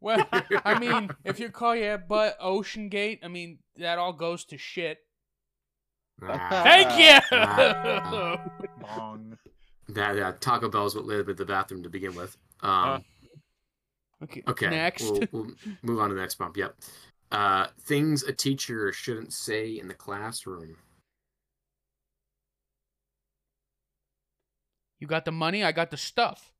well, I mean, if you call your butt Ocean Gate, I mean that all goes to shit.
Ah,
Thank you.
Bong.
that uh, Taco Bell's what led with the bathroom to begin with. Um,
Uh,
okay.
Next.
We'll, we'll move on to the next bump. Yep. Uh, things a teacher shouldn't say in the classroom.
You got the money. I got the stuff.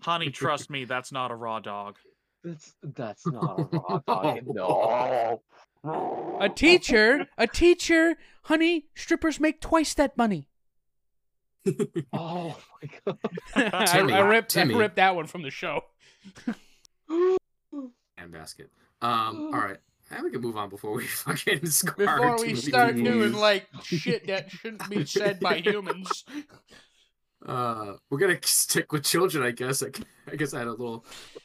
Honey, trust me, that's not a raw dog.
That's that's not a raw dog. No.
A teacher. A teacher. Honey, strippers make twice that money.
Oh my god.
I,
Timmy,
I ripped.
Timmy.
I ripped that one from the show.
And basket. Um, all right. And we can move on before we fucking scar
Before we
too
start
many people.
doing like shit that shouldn't be said by humans.
Uh, we're gonna stick with children, I guess. I, I guess I had a little.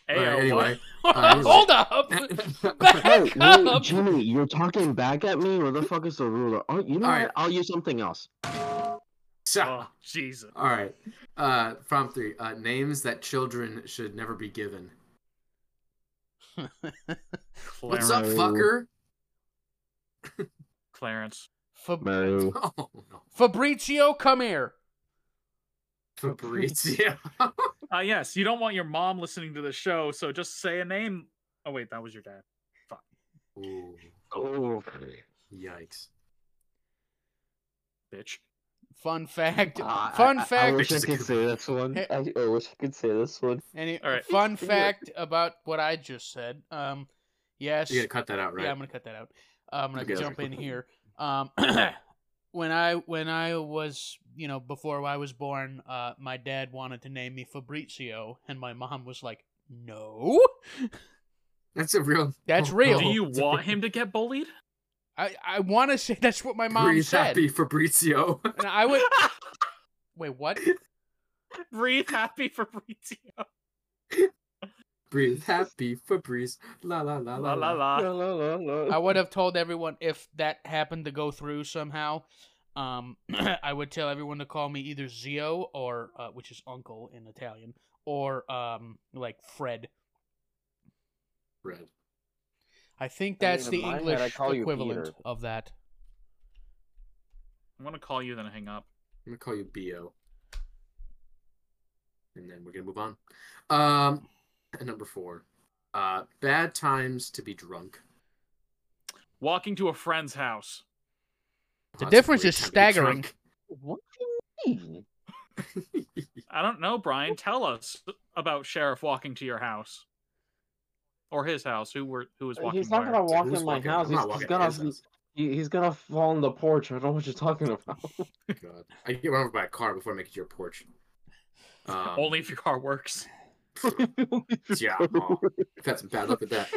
Ayo,
Alright, anyway. here's-
Hold up. Back
Hey, wait,
up.
Jimmy, you're talking back at me? Where the fuck is the ruler? Oh, you know
All right.
what? I'll use something else.
so,
what? Oh, Jesus.
all right. Uh, prompt three. Uh, names that children should never be given.
Oh,
What's up,
Claro.
fucker?
Clarence.
Fa-
Moo.
Oh no,
Fabrizio, come here.
Fabrizio.
Uh, yes, you don't want your mom listening to the show, so just say a name. Oh, wait, that was your dad.
Ooh,
Oh.
yikes!
Bitch.
Fun fact.
Ah, I-
fun
I- I
fact.
wish I could say this one.
Hey.
I, I wish I could say this one.
Any
All right.
fun
Idiot.
fact about what I just said? Um, yes.
You gotta cut that out, right?
Yeah, I'm gonna cut that out. Uh, I'm gonna
Okay.
jump in here. Um, when I when I was you know before I was born, uh, my dad wanted to name me Fabrizio, and my mom was like, "No,
That's a real.
that's
Oh,
real."
Do you want him to get bullied?
I I want to say that's what my mom
Breathe
said,
happy, Fabrizio.
and I would wait. What?
Breathe happy Fabrizio.
Breathe happy, Fabrice. La la la
La la
La,
la.
la, la, la.
I would have told everyone if that happened to go through somehow. Um, I would tell everyone to call me either Zio or uh, which is uncle in Italian, or um, like Fred.
Red.
I think
I mean,
that's
in
the
my head,
English
I call you
equivalent
Peter.
of that.
I'm going to call you, then hang up.
I'm gonna call you Bo. And then we're gonna move on. Um, and number four. Uh, bad times to be drunk.
Walking to a friend's house.
The
Possibly
difference is
time to be
staggering.
drunk.
What do you mean?
I don't know, Brian. Tell us about Sheriff walking to your house. Or his house. Who were who was walking
He's not
where?
gonna walk
Who's
in my
walking-
house.
I'm not
He's, he's
walking
gonna
in his
he- he's gonna fall on the porch. I don't know what you're talking about.
house. God. I get run over by a car before I make it to your porch. Um,
Only if your car works.
yeah, oh, I've had some bad luck with that.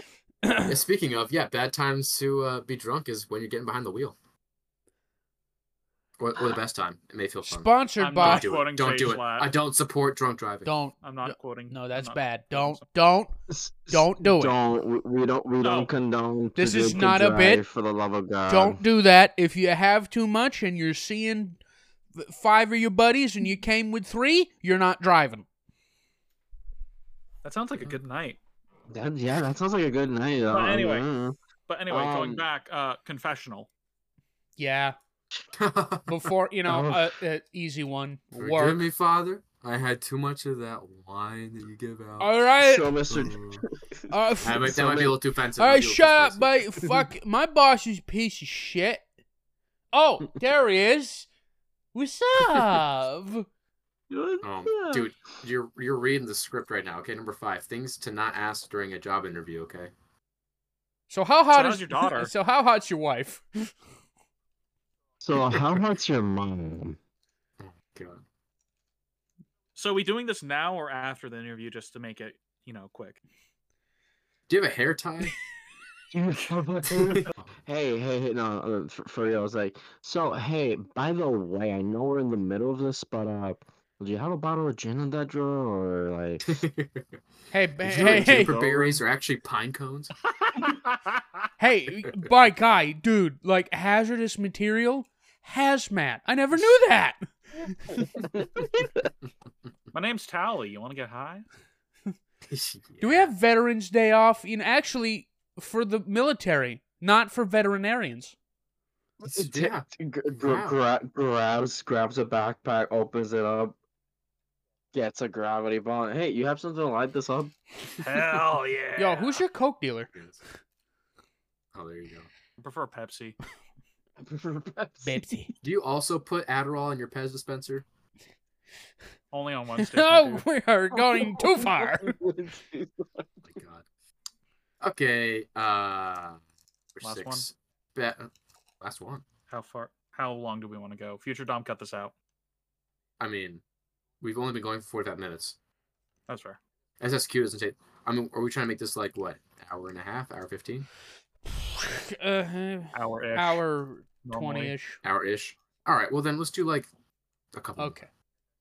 Yeah, speaking of, yeah, bad times to uh, be drunk is when you're getting behind the wheel. Or, or the best time. It may feel fun.
Sponsored
I'm
by.
Don't
not
do
quoting
it. Don't do
Jay
it.
Flat.
I don't support drunk driving.
Don't.
I'm not quoting.
No,
I'm
that's
not
bad.
quoting
Don't. Don't. Don't do it.
Don't. We we don't. We
No.
don't condone. to
This
drink
is
and
not a bit.
drive, For the love of God.
Don't do that. If you have too much and you're seeing th- five of your buddies and you came with three, you're not driving.
some- That sounds like a good night.
That, yeah, that sounds like a good night.
But
uh,
anyway.
uh,
But anyway, going
Um,
back, uh confessional.
Yeah. Before you know,
Oh.
uh, uh, easy one.
Forgive
Work.
me, Father. I had too much of that wine that you give out.
All right.
So, Mr.
Ooh.
All right. f-
I might- that
So
might be a
many-
little too offensive.
all
Might
right.
be a little
Shut up,
too
my
spicy.
fuck. My boss is a piece of shit. Oh, there he is. What's up?
Um, dude, you're you're reading the script right now. Okay, number five, things to not ask during a job interview. Okay,
So how hot
how's
is
your daughter?
So how hot's your wife?
So, how hot's your mom?
oh, God.
So, are we doing this now or after the interview just to make it, you know, quick?
do you have a hair tie?
hey, hey, hey, no, uh, for, for real. I was like, so, hey, by the way, I know we're in the middle of this, but, uh, do you have a bottle of gin in that drawer, or, like...
Hey, ba-
Is
hey,
your
hey,
berries are actually pine cones?
hey, my guy, dude, like hazardous material, hazmat. I never knew that.
My name's Tally. You want to get high?
Do we have Veterans Day off? In actually, for the military, not for veterinarians.
It's- yeah.
G-
Wow.
grabs grabs a backpack, opens it up, gets a gravity ball. Hey, you have something to light this up?
Hell yeah.
Yo, who's your coke dealer?
Yes. Oh, there you go.
I prefer Pepsi.
I prefer Pepsi.
Betsy.
Do you also put Adderall in your Pez dispenser?
Only on Wednesdays. my
No,
dude.
Oh, we are going too far.
Oh my God. Okay. Uh, number
Last one?
six. Ba- last one.
How far? How long do we want to go? Future Dom, cut this out.
I mean, we've only been going for 45 minutes.
That's fair.
SSQ doesn't take. I mean, are we trying to make this like what? Hour and a half? Hour 15?
Uh,
Hour ish.
hour twenty-ish.
Hour ish? All right. Well, then let's do like a couple. more.
Okay.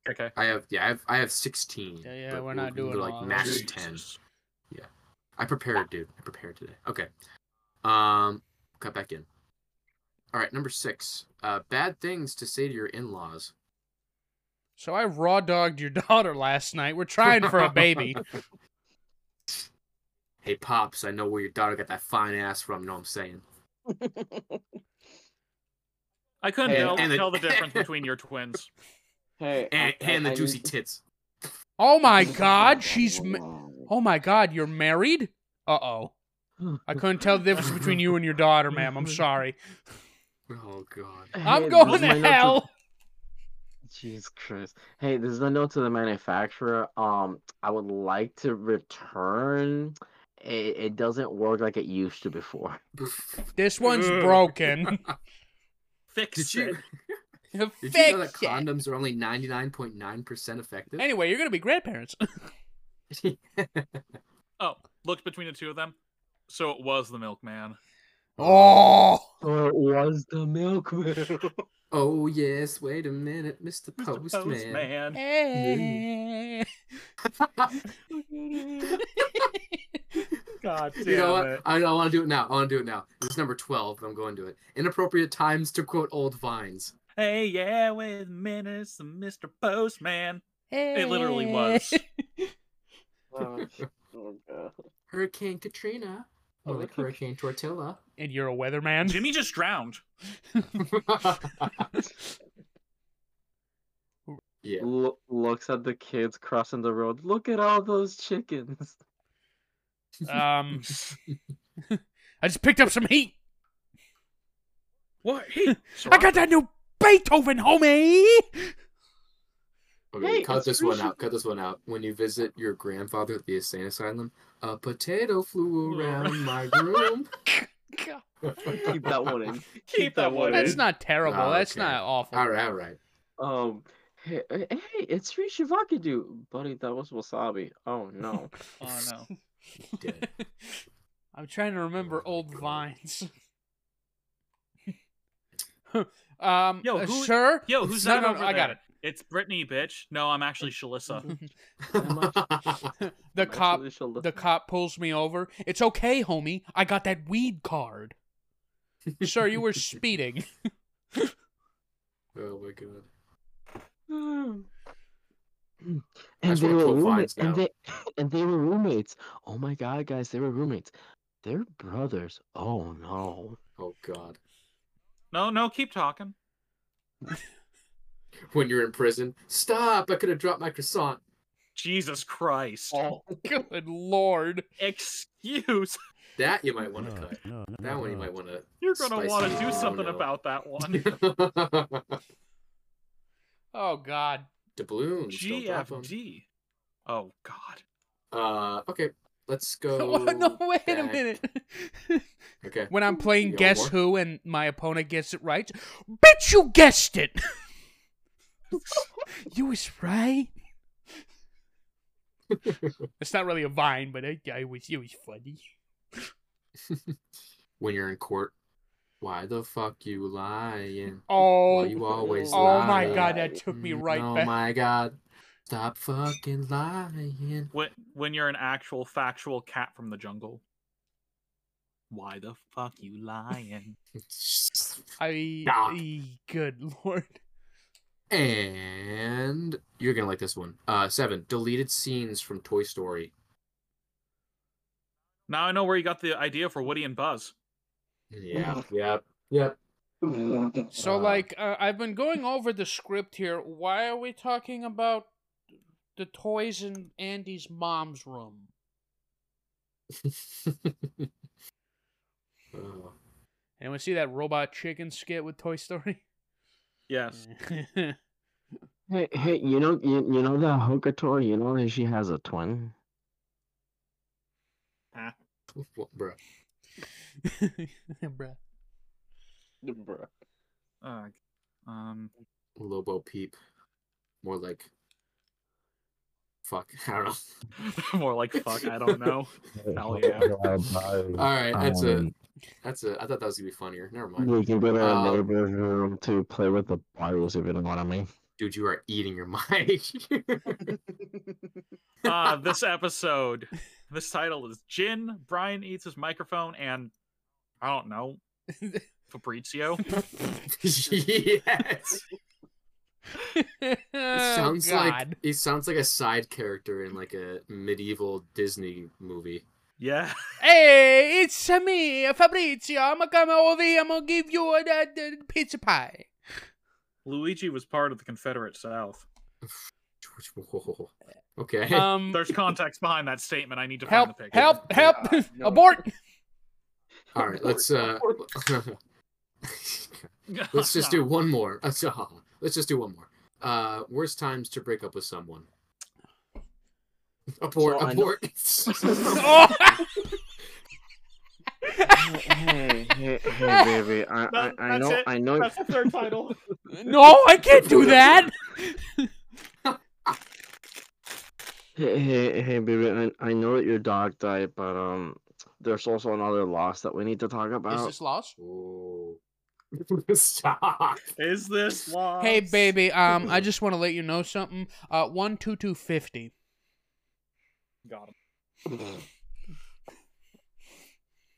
Okay.
I have, yeah, I have, I have 16.
Yeah, yeah,
but
we're
we'll-
not
we can
doing
go,
all
like
of
max
these.
10. I prepared, dude. I prepared today. Okay. Um, cut back in. All right, number six. Uh, bad things to say to your in-laws.
So I raw dogged your daughter last night. We're trying for a baby.
Hey, pops, I know where your daughter got that fine ass from. Know what I'm saying?
I couldn't
Hey,
tell,
and the-
tell the difference between your twins.
Hey,
And, and Eh, the juicy tits.
Oh my God, she's. Ma- Oh my god, you're married? Uh oh. I couldn't tell the difference between you and your daughter, ma'am. I'm sorry.
Oh God.
I'm going to hell.
Jesus Christ. Hey, this is a note to the manufacturer. Um, I would like to return. It, it doesn't work like it used to before.
This one's
Ugh.
broken.
Fix
Did you,
it.
did
Fix
you know that
it.
condoms are only 99.9% effective?
Anyway, you're gonna be grandparents.
Oh, looked between the two of them. So it was the milkman.
Oh,
Or it was the milkman.
Oh yes. Wait a minute, Mr.
Mr.
Postman.
Postman.
hey.
God damn
You know what?
it.
I, I want to do it now. I want to do it now. This is number 12. I'm going to it. Inappropriate times to quote old vines.
Hey, yeah, with minutes, Mr. Postman. It literally was.
oh, oh, God.
Hurricane Katrina.
Oh,
Or
they
like
keep-
Hurricane Tortilla.
And you're a weatherman.
Jimmy just drowned.
yeah.
Lo- looks at the kids crossing the road. Look at all those chickens.
Um, I just picked up some heat.
What? He,
I got that new Beethoven, homie.
Okay,
Hey,
cut
it's
this one
crucial-
out. Cut this one out. When you visit your grandfather at the insane asylum, a potato flew
Flew
around
around.
my room.
God,
Keep that one in.
Keep that one in.
That's not terrible.
Oh,
That's
okay.
not awful.
All right, all right.
Um, hey, hey, hey, it's free Shivakadu, buddy. That was wasabi. Oh no.
oh, no.
Dead.
I'm trying to remember
Oh my
old
God.
vines. um,
Yo,
uh,
who-
sir.
Yo, who's
no,
that
no,
over
no, I got
there?
it.
It's Brittany, bitch. No, I'm actually Shalissa.
The
Oh
I'm
cop,
actually shall-
the cop pulls me over. It's okay, homie. I got that weed card. sir, you were speeding.
oh my god.
and
I just
they
wanna
were
quote
roommates.
Vines
And
now.
they and they were roommates. Oh my god, guys, they were roommates. They're brothers. Oh no.
Oh god.
No, no, keep talking.
when you're in prison. Stop! I could have dropped my croissant.
Jesus Christ.
Oh, good lord.
Excuse.
That you might want to
No,
cut.
no, no,
That one you
no.
might want to.
You're gonna
Spicy.
want to
Oh,
do something
no.
about that one.
Oh god.
Doubloons. Don't drop 'em.
GFG. Oh God.
Uh, okay, let's go.
Oh, no, wait a
back.
minute.
Okay.
when I'm playing
You got
Guess
one?
Who and my opponent gets it right, bitch, you guessed it. you was right. it's not really a vine, but I, I was, it was funny.
When you're in court, why the fuck you lying?
Oh,
Why you always
oh my
lying?
god, that took me
Mm,
right
oh
back.
my god. Stop fucking lying.
When when you're an actual factual cat from the jungle. Why the fuck you lying?
I,
God.
I- good lord.
And you're gonna like this one. Uh, seven deleted scenes from Toy Story.
now I know where you got the idea for Woody and Buzz.
Yeah. Yep. Yep.
So,
Uh,
like, uh, I've been going over the script here. Why are we talking about the toys in Andy's mom's room?
Oh.
Anyone see that robot chicken skit with Toy Story?
Yes.
Hey, hey, you know, you, you know that hooker toy. You know that she has a twin.
What, bro?
Bruh.
Uh, um.
Lobo Peep. More like. Fuck. I don't know.
More like fuck. I don't know. Hell yeah.
All right, that's a
Um,
that's a. I thought that was gonna be funnier. Never mind,
You can go to a
Um,
neighbor's room to play with the bottles if you know what I mean.
dude. You are eating your mic.
Uh, this episode, this title is Jin. Brian eats his microphone, and I don't know Fabrizio.
yes. It
Oh,
sounds like
Oh, God.
it sounds like a side character in like a medieval Disney movie.
Yeah.
Hey, it's me, Fabrizio. I'm gonna come over here. I'm gonna give you a, a, a pizza pie.
Luigi was part of the Confederate South.
Whoa. Okay.
Um,
There's context behind that statement. I need to
help,
find the picture.
help, help,
God, no.
abort.
All right. Let's uh.
Um,
let's just do one more. Let's, uh, let's just do one more. Uh, worst times to break up with someone. Abort.
So I know-
abort.
Oh,
hey, hey, hey, baby. I, I,
That-
I
that's
know,
it.
I know.
That's the third title.
no, I can't do that.
Hey, hey, hey, baby. I, I know that your dog died, but um, there's also another loss that we need to talk
Is
about.
this lost?
Ooh. Oh. Stop.
Is this law?
Hey, baby. Um, I just want to let you know something. Uh, one two two fifty.
Got him.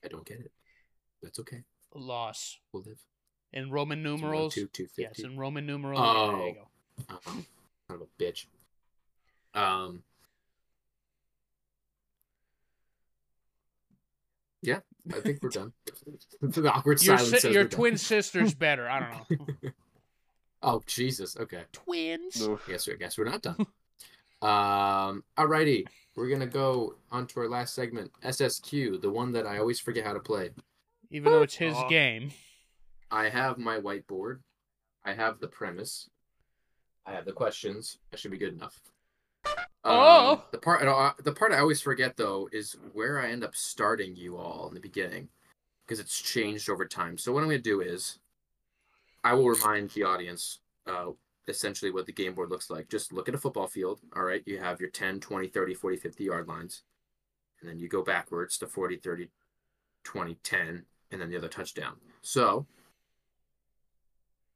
I don't get it. That's okay.
Loss
We'll live.
in Roman
It's one,
numerals.
two, two,
Yes,
fifty.
in Roman numerals. There you
Oh.
go.
Uh-uh. Son of a bitch. Um. Yeah, I think we're done. the awkward
Your,
silence.
si-
says
your
we're done.
twin sister's better. I don't know.
Oh Jesus. Okay.
Twins.
I guess, I guess we're not done. um. Alrighty, we're gonna go on to our last segment. SSQ, the one that I always forget how to play.
Even though it's his
Aw.
game.
I have my whiteboard. I have the premise. I have the questions. That should be good enough. Um,
Oh.
the part uh, the part I always forget though is where I end up starting you all in the beginning because it's changed over time. So what I'm going to do is I will remind the audience uh, essentially what the game board looks like. Just look at a football field, all right? You have your 10, 20, 30, 40, 50 yard lines. And then you go backwards to 40, 30, 20, 10, and then the other touchdown. So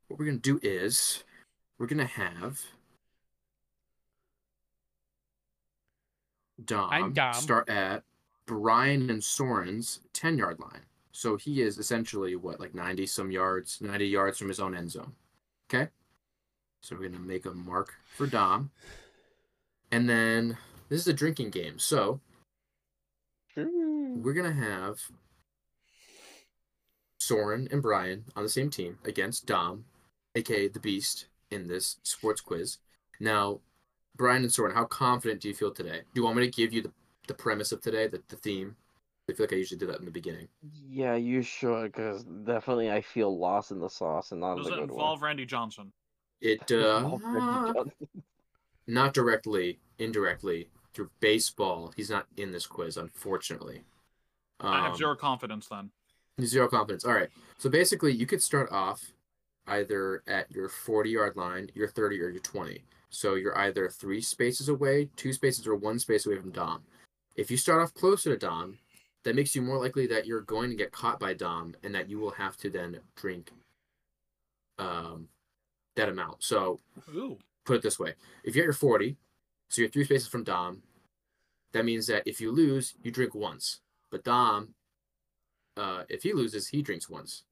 what we're going to do is we're going to have Dom,
I'm Dom.
start at Brian and Soren's 10 yard line. So he is essentially what, like 90 some yards, 90 yards from his own end zone. Okay. So we're going to make a mark for Dom. And then this is a drinking game. So we're going to have Soren and Brian on the same team against Dom, aka the Beast, in this sports quiz. Now, Brian and Soren, how confident do you feel today? Do you want me to give you the, the premise of today, the, the theme? I feel like I usually do that in the beginning.
Yeah, you should, because definitely I feel lost in the sauce and not
Does
in
it
the good
involve
one.
Randy Johnson?
It uh, uh, not directly, indirectly through baseball. He's not in this quiz, unfortunately.
I
Um,
have zero confidence then.
Zero confidence. All right. So basically, you could start off either at your 40 yard line, your 30, or your 20. So you're either three spaces away, two spaces, or one space away from Dom. If you start off closer to Dom, that makes you more likely that you're going to get caught by Dom and that you will have to then drink um, that amount. So
Ooh.
put it this way if you're at your 40 so you're three spaces from dom that means that if you lose you drink once but dom uh, if he loses he drinks once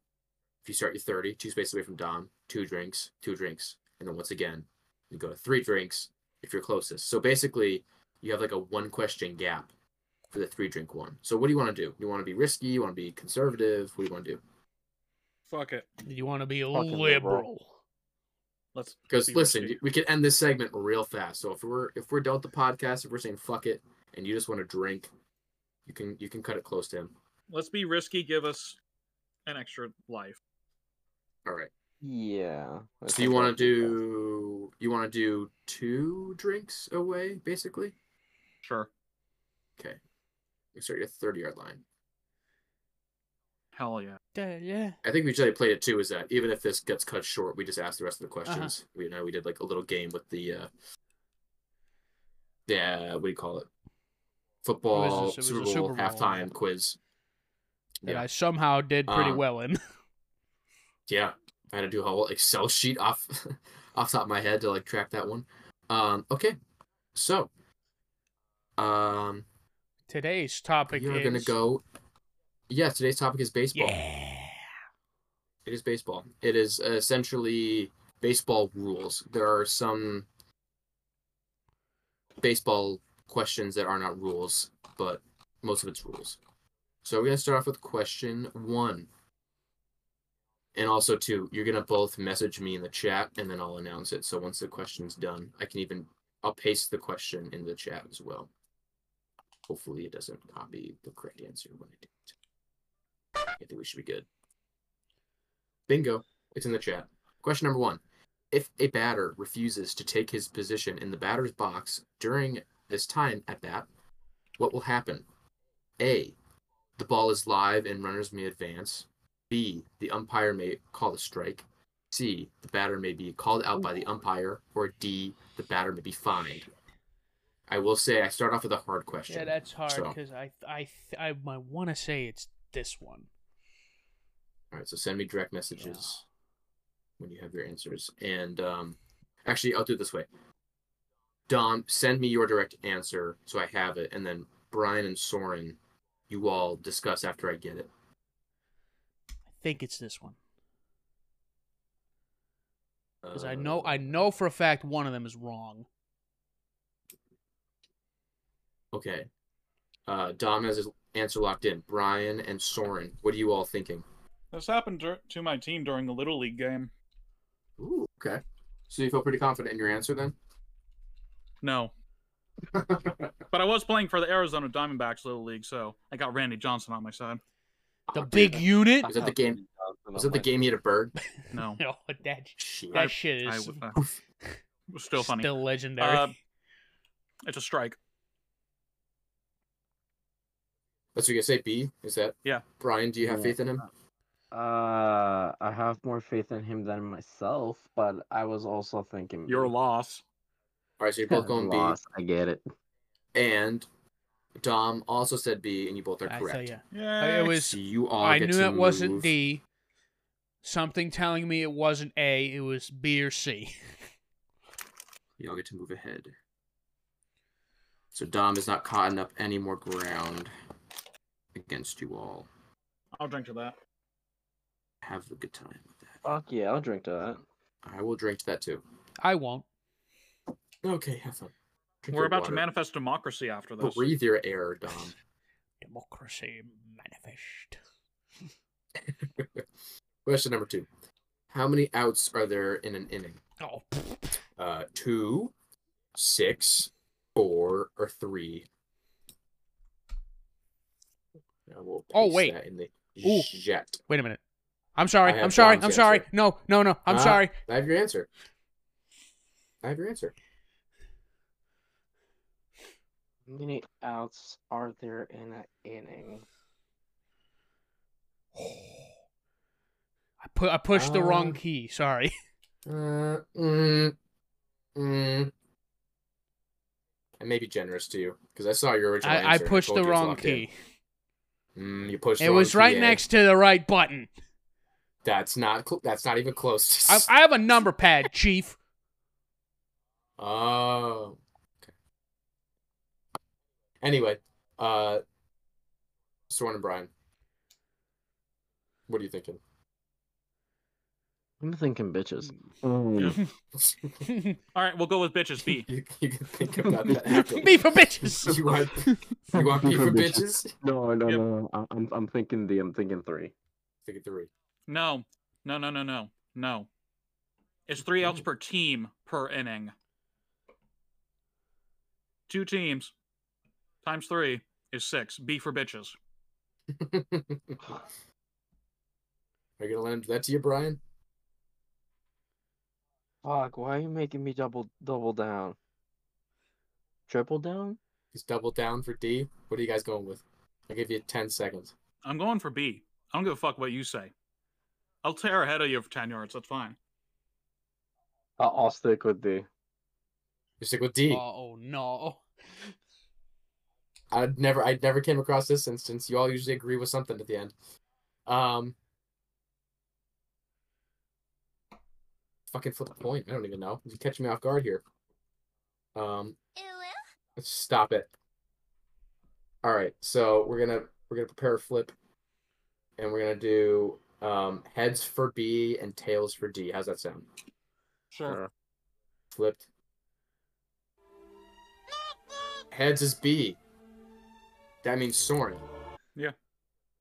if you start your 30 two spaces away from dom two drinks two drinks and then once again you go to three drinks if you're closest so basically you have like a one question gap for the three drink one so what do you want to do you want to be risky you want to be conservative what do you want to do
Fuck it.
You want to be a
Fucking
liberal.
liberal.
Let's
Because
be
listen,
risky.
y- we can end this segment real fast. So if we're if we're dealt the podcast, if we're saying fuck it, and you just want to drink, you can you can cut it close to him.
let's be risky. Give us an extra life.
All right.
Yeah. that
So you
sounds
want
like
to
good guess.
do you want to do two drinks away, basically.
Sure.
Okay. You start your thirty yard line.
Hell yeah.
Yeah, yeah.
I think we usually played it too. Is that even if this gets cut short, we just ask the rest of the
Uh-huh.
questions. We you know we did like a little game with the uh, yeah, what do you call it? Football
it was
Super,
a
Bowl,
Super Bowl,
halftime
yeah.
quiz.
That
Yeah.
I somehow did pretty
Um,
well in.
Yeah, I had to do a whole Excel sheet off off the top of my head to like track that one. Um, okay, so um,
Today's topic
you're
is
gonna go. Yeah, today's topic is baseball.
Yeah.
It is baseball. It is essentially baseball rules. There are some baseball questions that are not rules, but most of it's rules. So we're gonna start off with question one. And also two, you're gonna both message me in the chat and then I'll announce it. So once the question's done, I can even I'll paste the question in the chat as well. Hopefully it doesn't copy the correct answer when I do it. I think we should be good. Bingo. It's in the chat. Question number one. If a batter refuses to take his position in the batter's box during this time at bat, what will happen? A. The ball is live and runners may advance. B. The umpire may call a strike. C. The batter may be called out by the umpire. Or D. The batter may be fined. I will say I start off with a hard question.
Yeah, that's hard
So-
because I, I, I, I want to say it's this one.
All right, so send me direct messages when you have your answers. And um, actually, I'll do it this way. Dom, send me your direct answer so I have it, and then Brian and Soren, you all discuss after I get it.
I think it's this one because I
Uh,
know, I know for a fact one of them is wrong.
Okay. Uh, Dom has his answer locked in. Brian and Soren, what are you all thinking?
This happened dur- to my team during the little league game.
Ooh, okay. So you feel pretty confident in your answer then?
No, but I was playing for the Arizona Diamondbacks little league, so I got Randy Johnson on my side.
The
Oh,
big
damn it.
unit.
Was that the game? Was that the game you had a bird?
No,
No, that
Shit.
that shit
I
is
was uh, was still funny.
still legendary.
Uh, It's a strike.
That's what you say. B is that?
Yeah.
Brian, do you have
Yeah.
faith in him?
Uh, I have more faith in him than myself, but I was also thinking
Your loss.
All right, so you're both going B.
lost. I get it.
And Dom also said B, and you both are
I tell
correct.
ya.
Yeah.
it was.
So you all.
I
get
knew
to
it wasn't
move.
D. Something telling me it wasn't A. It was B or C.
You all get to move ahead. So Dom has not cotton up any more ground against you all.
I'll drink to that.
Have a good time with that.
Fuck yeah, I'll drink to that.
I will drink to that too.
I won't.
Okay, have fun. Drink
We're
your
about to
water.
manifest democracy after this.
Breathe your air, Dom.
Democracy manifest.
Question number two: How many outs are there in an inning?
Oh,
Uh, two, six, four, or three. Now we'll
Oh,
paste
wait.
that in the
Ooh.
jet.
wait a minute. I'm
I
sorry.
have
I'm sorry.
Dom's
I'm sorry.
answer.
No, no, no. I'm
Ah.
sorry.
I have your answer. I have your answer.
How many outs are there in an inning?
I put I pushed the wrong
Uh.
key. Sorry.
Uh, mm, mm. I may be generous to you because I saw your original answer.
I, I
and
pushed
told
the
you it's
wrong
locked in.
key.
Mm, you pushed.
It
the wrong
was right
key, eh?
next to the right button.
That's not. Cl- that's not even close.
I, I have a number pad, Chief.
Oh. Okay. Anyway, uh, Soren and Brian, what are you thinking?
I'm thinking bitches. Mm,
All right, we'll go with bitches B.
you, you can think about that. after.
Me for bitches.
You want you want beef for bitches?
No, no,
Yep.
no. I- I'm I'm thinking the I'm thinking three.
Think it through.
No, no, no, no, no, no. It's three outs per team per inning. Two teams times three is six. B for bitches.
Are you gonna lend that to you, Brian?
Fuck, why are you making me double double down? Triple down?
He's double down for D. What are you guys going with? I'll give you ten seconds.
I'm going for B. I don't give a fuck what you say. I'll tear ahead of you for 10 yards. That's fine.
Uh,
I'll, I'll stick with D.
You stick with D.
Oh no.
I'd never I never came across this instance. You all usually agree with something at the end. Um Fucking flip a point. I don't even know. You catch me off guard here. Um stop it. Alright, so we're gonna we're gonna prepare a flip and we're gonna do um heads for B and tails for D. How's that sound?
Sure.
Flipped. Heads is B. That means Soren.
Yeah.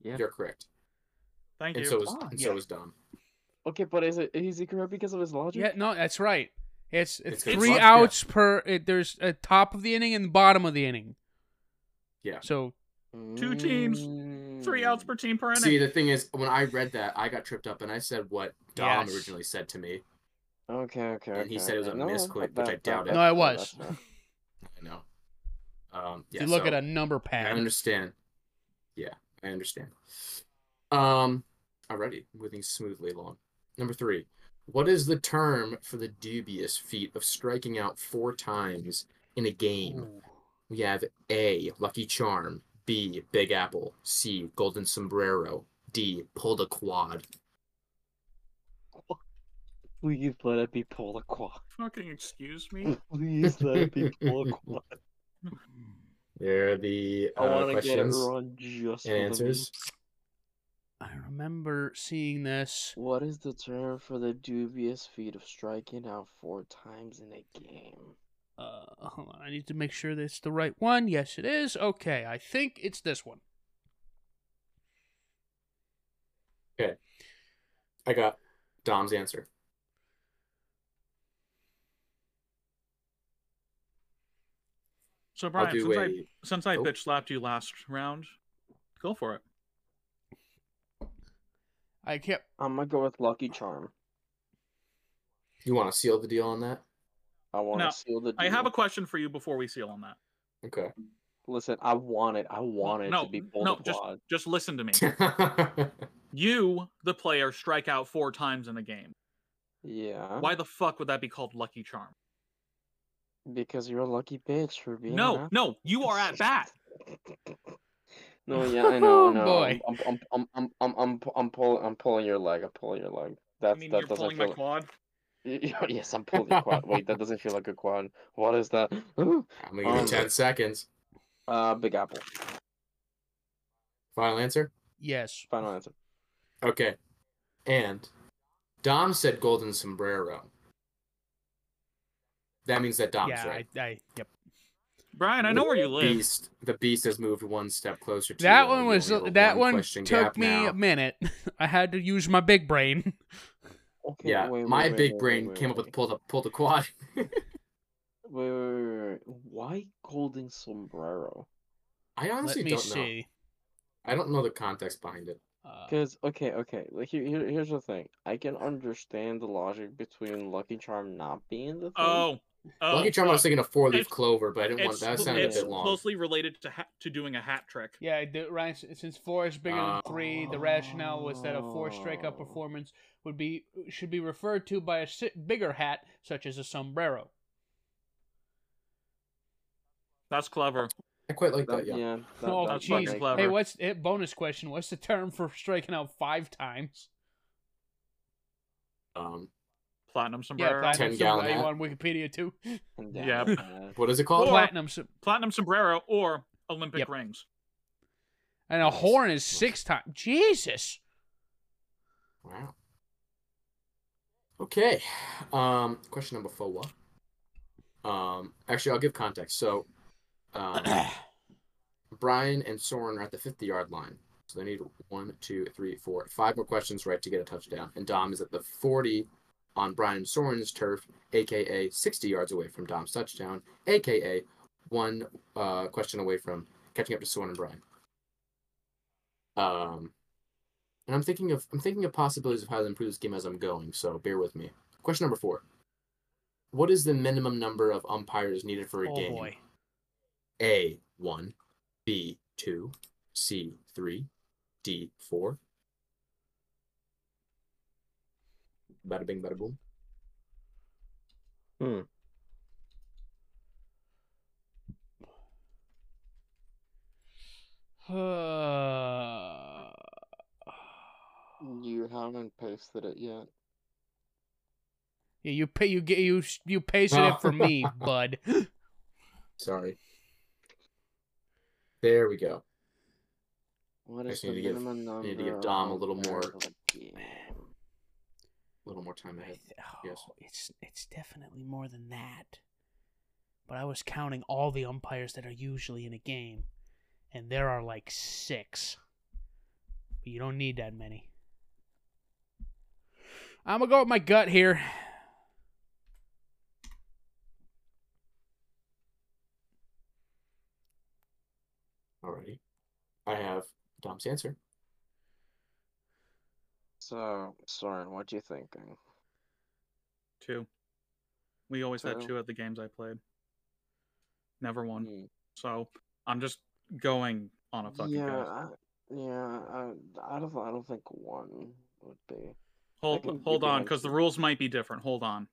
You're correct.
Thank
and
you.
so is
Ah,
and
yeah.
so is Dom.
Okay, but is it is he correct because of his logic?
Yeah, no, that's right. It's,
It's good
three
luck, yeah.
outs per. It, there's a top of the inning and bottom of the inning.
Yeah.
So
Two teams, Three outs per team per inning.
See, the thing is, when I read that, I got tripped up, and I said what Dom
Yes.
originally said to me.
Mm, Okay, okay.
And he
okay,
said it was
okay.
a
No,
misclick, which
that- that-
I
that-
doubt it.
that-
No, it
that-
was.
that's not-
I know. Um,
if
yeah,
you look at
so
a number
I
pad.
understand. Yeah, I understand. Um, already moving smoothly along. Number three. What is the term for the dubious feat of striking out four times in a game? We have A, Lucky Charm, B, Big Apple, C, Golden Sombrero, D, Pulled a Quad.
Please let it be pull a quad.
Fucking excuse me.
Please let it be pull a quad.
They're the
I
uh,
want to get it
questions
wrong just
and
for the
answers.
I remember seeing this.
What is the term for the dubious feat of striking out four times in a game?
Uh, hold on, I need to make sure that it's the right one. Yes, it is. Okay, I think it's this one.
I got Dom's answer.
So, Brian,
I'll do
since
a.
I, since I
Oh.
bitch slapped you last round, go for it.
I can't.
I'm gonna go with Lucky Charm.
You want to seal the deal on that?
I want to
Now,
seal the. Deal.
I have a question for you before we seal on that.
Okay.
Listen, I want it. I want it
no,
to be pulled
no,
a
just,
quad.
just listen to me. you, the player, strike out four times in a game.
Yeah.
Why the fuck would that be called lucky charm?
Because you're a lucky bitch for being.
no,
an
no, you are at bat.
ass- No, yeah, I know.
Oh,
I know.
boy.
I'm, I'm, I'm, I'm, I'm, I'm, I'm pulling, I'm pulling your leg. I'm pulling your leg. That's
I mean,
that
you're pulling
doesn't feel.
my quad.
yes, I'm pulling your quad. Wait, that doesn't feel like a quad. What is that?
I'm gonna give you
Um,
ten seconds.
Uh, Big Apple.
Final answer.
Yes.
Final answer.
Okay. And Dom said Golden Sombrero. That means that Dom's
yeah.
right.
I, I. Yep.
Brian, I know where you live.
Beast. The beast has moved one step closer to
That
you.
one
You
was
only have a
that one
question
took
gap
me
now.
a minute. I had to use my big brain.
Okay,
Yeah,
wait, wait,
my
wait,
big
wait,
brain
wait,
came
wait,
up with
wait.
pull the pull the quad.
Wait, wait, wait, wait, wait. Why golden sombrero?
I honestly
Let me
don't know.
see.
I don't know the context behind it.
Uh,
Because okay, okay. Like here, here, here's the thing. I can understand the logic between Lucky Charm not being the thing.
Oh, oh
Lucky Charm, I was
uh,
thinking a four leaf
it's-
clover, but I didn't want
it's,
that.
cl-
sounded a
it's
bit long.
closely related to ha- to doing a hat trick.
yeah, the, Ryan. s- Since four is bigger
Uh,
than three, the rationale was that a four strikeout
Oh.
performance would be should be referred to by a si- bigger hat, such as a sombrero.
That's clever.
I quite like
That-
that. Yeah.
that-
oh,
that
that's fucking
jeez.
makes
clever.
Hey,
sense.
what's eh, bonus question? What's the term for striking out five times?
Um,
Platinum
Yeah,
sombrero.
platinum
10 gallon
sombrero. You
hat.
on Wikipedia too?
And
Yeah.
that- that-
what is it called?
Or-
Platinum. som-
Platinum sombrero or Olympic
Yep.
rings.
And a horn is six times. Jesus.
Wow. Okay. Um, question number four. Um, actually, I'll give context. So, um, Brian and Soren are at the 50 yard line. So they need one, two, three, four, five more questions right to get a touchdown. And Dom is at the 40 on Brian and Soren's turf, aka 60 yards away from Dom's touchdown, aka one uh, question away from catching up to Soren and Brian. Um, and I'm thinking of I'm thinking of possibilities of how to improve this game as I'm going. So bear with me. Question number four: What is the minimum number of umpires needed for a
Oh
game?
boy.
A one, B two, C three, D four. Bada bing, bada boom.
Uh,
You haven't pasted it yet.
yeah, you pay. You get you you pasted it for me, bud.
Sorry. There we go.
What
I
is
just
the
need to give-
minimum
I
number?
need to give
of
Dom a little
umpires
more-
of a game?
A little more time ahead. Yes.
Oh, It's it's definitely more than that. But I was counting all the umpires that are usually in a game, and there are like six. But you don't need that many. I'm gonna go with my gut here.
Alrighty. I have Dom's answer.
So, Soren, what you thinking?
Two. We always had
Two.
two at the games I played. Never one.
Hmm.
So I'm just going on a fucking
yeah,
guess.
I, yeah. I, I don't. I don't think one would be.
Hold
can- you
hold
can
on, because the
answer.
rules might be different. Hold on.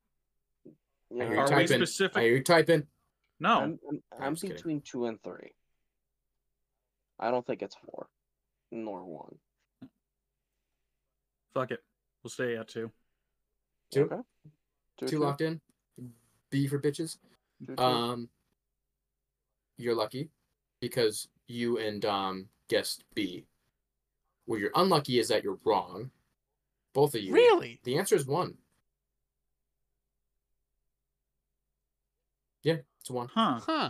I
Yeah,
hear
Are
you
we
typing.
specific-
I hear you typing.
No,
I'm, I'm, I'm
just kidding.
between two and three. I don't think it's four, nor one.
fuck it. We'll stay at two.
Two?
Okay. Two,
Two locked in. B for bitches.
two, two.
Um, you're lucky because you and Dom guessed B. Where you're unlucky is that you're wrong. Both of you.
Really?
The answer is one. Yeah, it's one.
Huh.
Huh.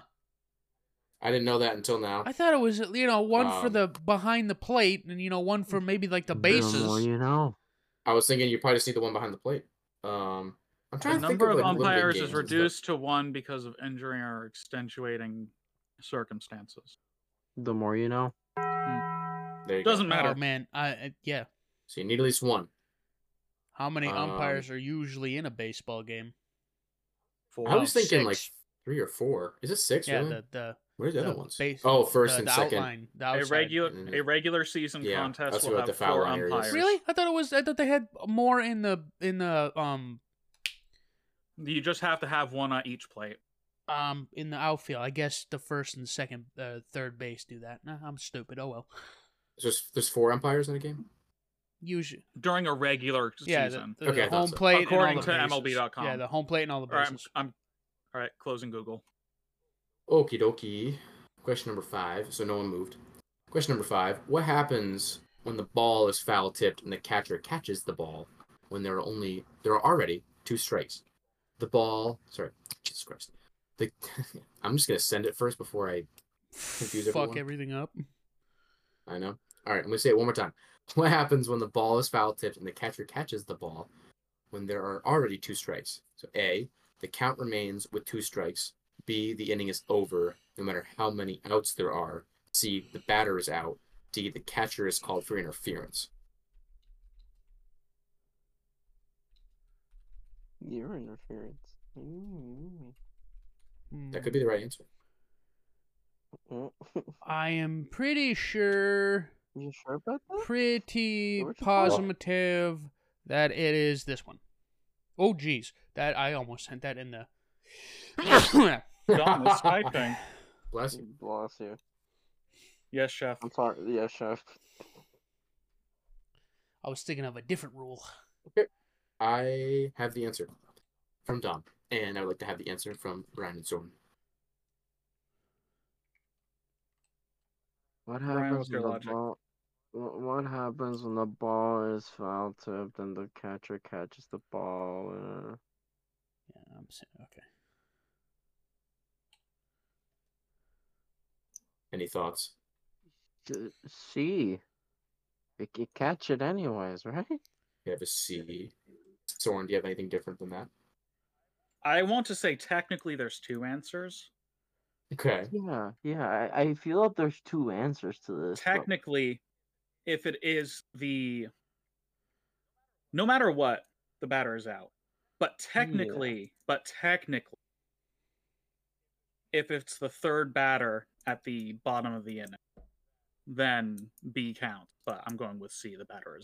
I didn't know that until now.
I thought it was you know one for
Um,
the behind the plate and you know one for maybe like the
more
bases.
you know.
I was thinking you probably just need the one behind the plate. Um, I'm
The
trying to think
number of,
like, limited
umpires
games
is
that-
reduced to one because of injury or extenuating circumstances.
The more you know.
There you go.
Doesn't matter.
Oh man, I I- yeah.
So you need at least one.
How many
Um,
umpires are usually in a baseball game?
Four.
I was
Oh,
thinking like
six.
three or four. Is it six?
Yeah,
really?
the the,
Where's the,
the
other ones?
base-
oh, first
the,
and
the
second.
outline, the
a
outside.
regular
Mm.
a regular season
Yeah,
contest
that's
will
about
have
the foul
four
line areas.
umpires.
Really? I thought it was. I thought they had more in the in the um
You just have to have one on each plate.
um in the outfield. I guess the first and second, uh, third base do that. Nah, I'm stupid. Oh well.
So there's, there's four umpires in a game?
Usually,
during a regular
yeah. The,
season.
the- the
Okay, I thought
home
so.
plate.
According
and all the
to
bases.
MLB.com.
Yeah, the home plate and all the
All right, I'm,
bases.
I'm all right. Closing Google.
Okie dokie. Question number five. So no one moved. Question number five. What happens when the ball is foul tipped and the catcher catches the ball when there are only there are already two strikes? The ball. Sorry, Jesus Christ. The, I'm just gonna send it first before I confuse everyone.
Fuck everything up.
I know. All right, I'm gonna say it one more time. What happens when the ball is foul tipped and the catcher catches the ball when there are already two strikes. So A, the count remains with two strikes. B, the inning is over no matter how many outs there are. C, the batter is out. D, the catcher is called for interference.
Your interference. Mm.
That could be the right answer.
Mm.
Hmm. I am pretty sure,
You sure about that?
pretty
George Paul.
positive that it is this one. Oh, geez, that I almost sent that in the.
Don, the Skype thing.
Bless you.
Bless you.
Yes, chef.
I'm sorry. Yeah, chef.
I was thinking of a different rule.
I have the answer from Dom, and I would like to have the answer from Ryan and Storm.
What
Brian,
happens
what's your
when the
logic?
ball? wh- What happens when the ball is foul tipped and the catcher catches the ball? Uh,
Yeah, I'm saying okay.
Any thoughts?
j- see, it, it catch it anyways, right?
You have a C. Soren, do you have anything different than that?
I want to say technically there's two answers.
Okay.
Yeah, yeah. I, I feel like there's two answers to this. but-
Technically, if it is the no matter what, the batter is out. But technically, but technically, if it's the third batter at the bottom of the inning, then B counts. But I'm going with C. The batter is.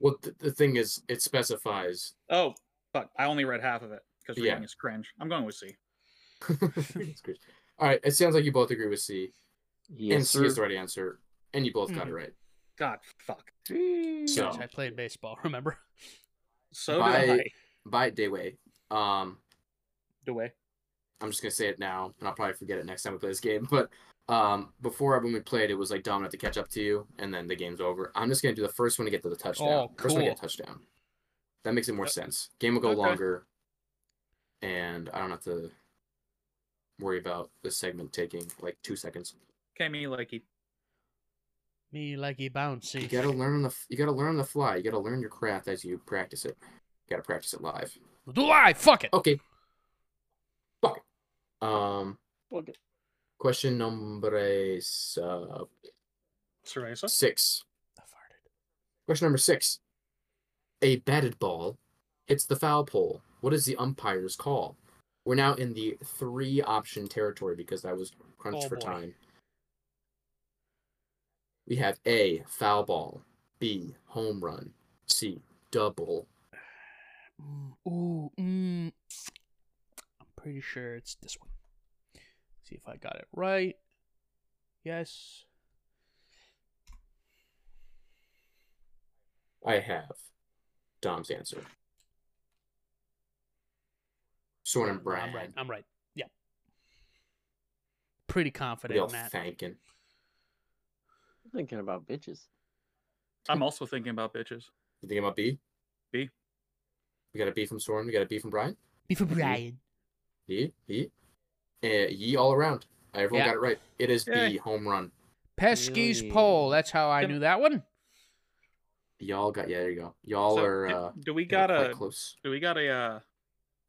Well, th- the thing is, it specifies.
Oh, fuck! I only read half of it because
Yeah.
reading is cringe. I'm going with C.
It's crazy. All right. It sounds like you both agree with C,
yes,
and C is the
sir.
right answer, and you both got it right.
God, fuck.
So
Yes, I played baseball. Remember?
So
By-
do I.
by Dayway, um,
Do I?
I'm just gonna say it now, and I'll probably forget it next time we play this game. But um, before when we played, it was like Dom, I have to catch up to you, and then the game's over. I'm just gonna do the first one to get to the touchdown.
Oh,
First one to get a
cool.
touchdown. That makes it more
Yep.
sense. Game will go
Okay.
longer, and I don't have to worry about this segment taking like two seconds.
Okay, me likey.
Me like a bouncy.
You gotta learn on the f- you gotta learn on the fly. You gotta learn your craft as you practice it. You gotta practice it live.
Do I? Fuck it.
Okay. Fuck it. Um,
Look at-
question number uh,
Cerveza?
six.
I farted.
Question number six. A batted ball hits the foul pole. What is the umpire's call? We're now in the three option territory because I was crunched
Oh,
for
boy.
time. We have A, foul ball. B, home run. C, double.
Mm, ooh. Mm. I'm pretty sure it's this one. See if I got it right. Yes.
I have Dom's answer. Soren and
No, I'm right.
Brad.
I'm right. Yeah. Pretty confident
Y'all
in that.
thanking.
I'm thinking about bitches.
I'm also thinking about bitches.
You think about B?
B.
We got a B from Soren. We got a B from Brian.
Before Brian.
B, B. Uh, ye all around. Everyone
Yeah.
got it right. It is B,
Yay.
home run.
Pesky's
Really?
pole. That's how I
Can-
knew that one.
Y'all got, yeah, there you go. Y'all
So,
are,
d-
uh,
do we
you
got
know, quite
a
close.
do we got a uh,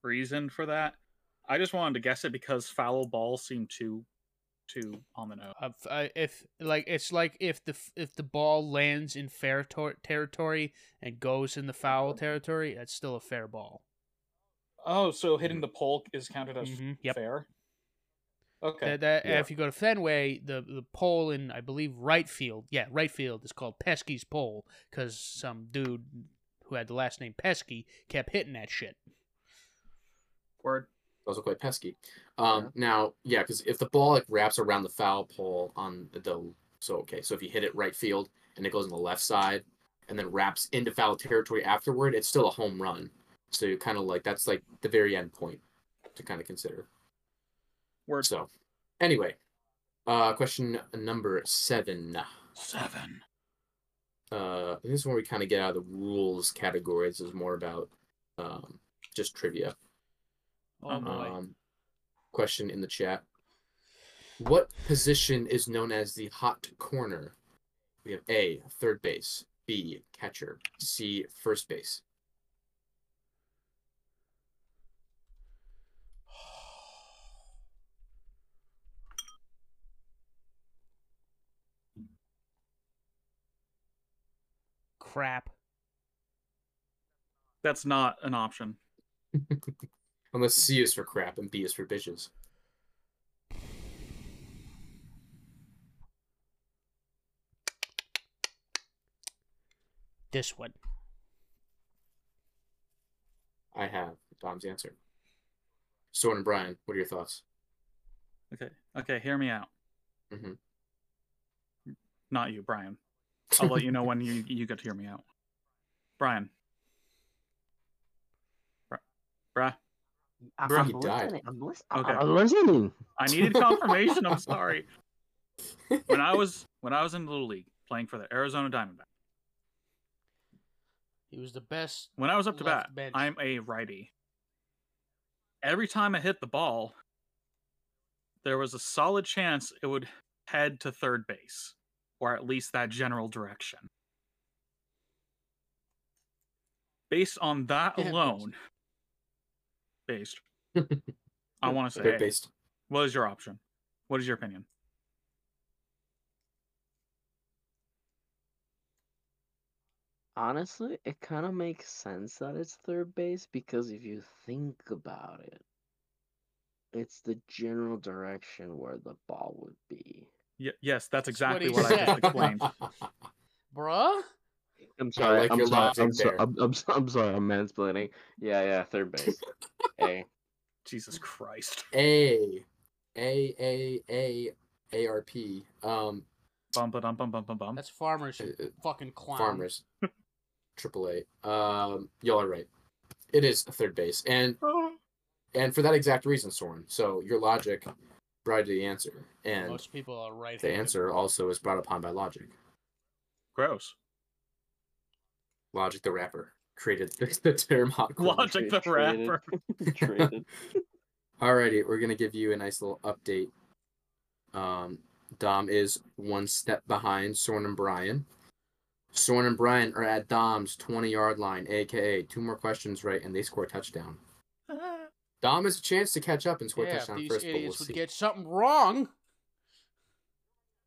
reason for that? I just wanted to guess it because foul ball seemed too too on the nose.
Uh, f- uh, if like it's like if the f- if the ball lands in fair tor- territory and goes in the foul territory, that's still a fair ball.
Oh, so
hitting
hitting the pole is counted as
Mhm, Mm-hmm. Yep.
fair. Okay.
That, that,
yeah.
If you go to Fenway, the the pole in I believe right field, yeah, right field is called Pesky's pole because some dude who had the last name Pesky kept hitting that shit.
Word.
Also quite pesky. Um, now, yeah, because if the ball like wraps around the foul pole on the, the, so okay, so if you hit it right field and it goes on the left side and then wraps into foul territory afterward, it's still a home run. So you kind of like that's like the very end point to kind of consider.
Word.
So, anyway, uh, question number seven.
Seven.
uh and this is when we kind of get out of the rules category this is more about um just trivia
Oh
Um,
boy,
um question in the chat what position is known as the hot corner we have a third base b catcher c first base
crap.
That's not an option.
Unless C is for crap and B is for bitches.
This one.
I have Dom's answer. Soren and Brian, what are your thoughts?
Okay. Okay, hear me out.
Mhm.
Mm-hmm.
Not you, Brian. I'll let you know when you you get to hear me out. Brian. Bri- Bruh.
I-
Bro,
I'm
he died.
listening. I'm, lis- I-
Okay.
I'm listening.
I needed confirmation. I'm sorry. When I was when I was in Little League playing for the Arizona Diamondbacks,
He was the best.
when I was up to
Left
bat,
bench.
I'm a righty. Every time I hit the ball, there was a solid chance it would head to third base, or at least that general direction. Based on that
Yeah, based.
alone, based, I want to say,
They're based.
what is your option? What is your opinion?
Honestly, it kind of makes sense that it's third base because if you think about it, it's the general direction where the ball would be.
Y- yes, that's
That's what
exactly
he
what, I
said.
just explained.
Bruh?
sorry,
I'm sorry.
like I'm
I'm,
your sorry,
sorry
logic I'm
I'm,
so- there. I'm-
I'm, sorry. I'm mansplaining. Yeah, yeah. Third base. hey,
Jesus Christ.
A A A A A R P. Um
Bum ba dum bum bum bum bum.
That's farmers. you
uh,
Fucking clown.
farmers. Triple A. Um y'all are right. It is third base. And and for that exact reason, Soren. So your logic brought you the answer. And
Most people are right.
the answer also is brought upon by logic.
Gross.
Logic the rapper created the, the term hot corn.
Logic the
Traded.
rapper.
traded.
Alrighty, we're gonna give you a nice little update. Um, Dom is one step behind Sorn and Brian. Sorn and Brian are at Dom's 20 yard line, aka two more questions right, and they score a touchdown. Dom has a chance to catch up and score a
Yeah, if
touchdown
these
first, but we'll
idiots would
see.
get something wrong.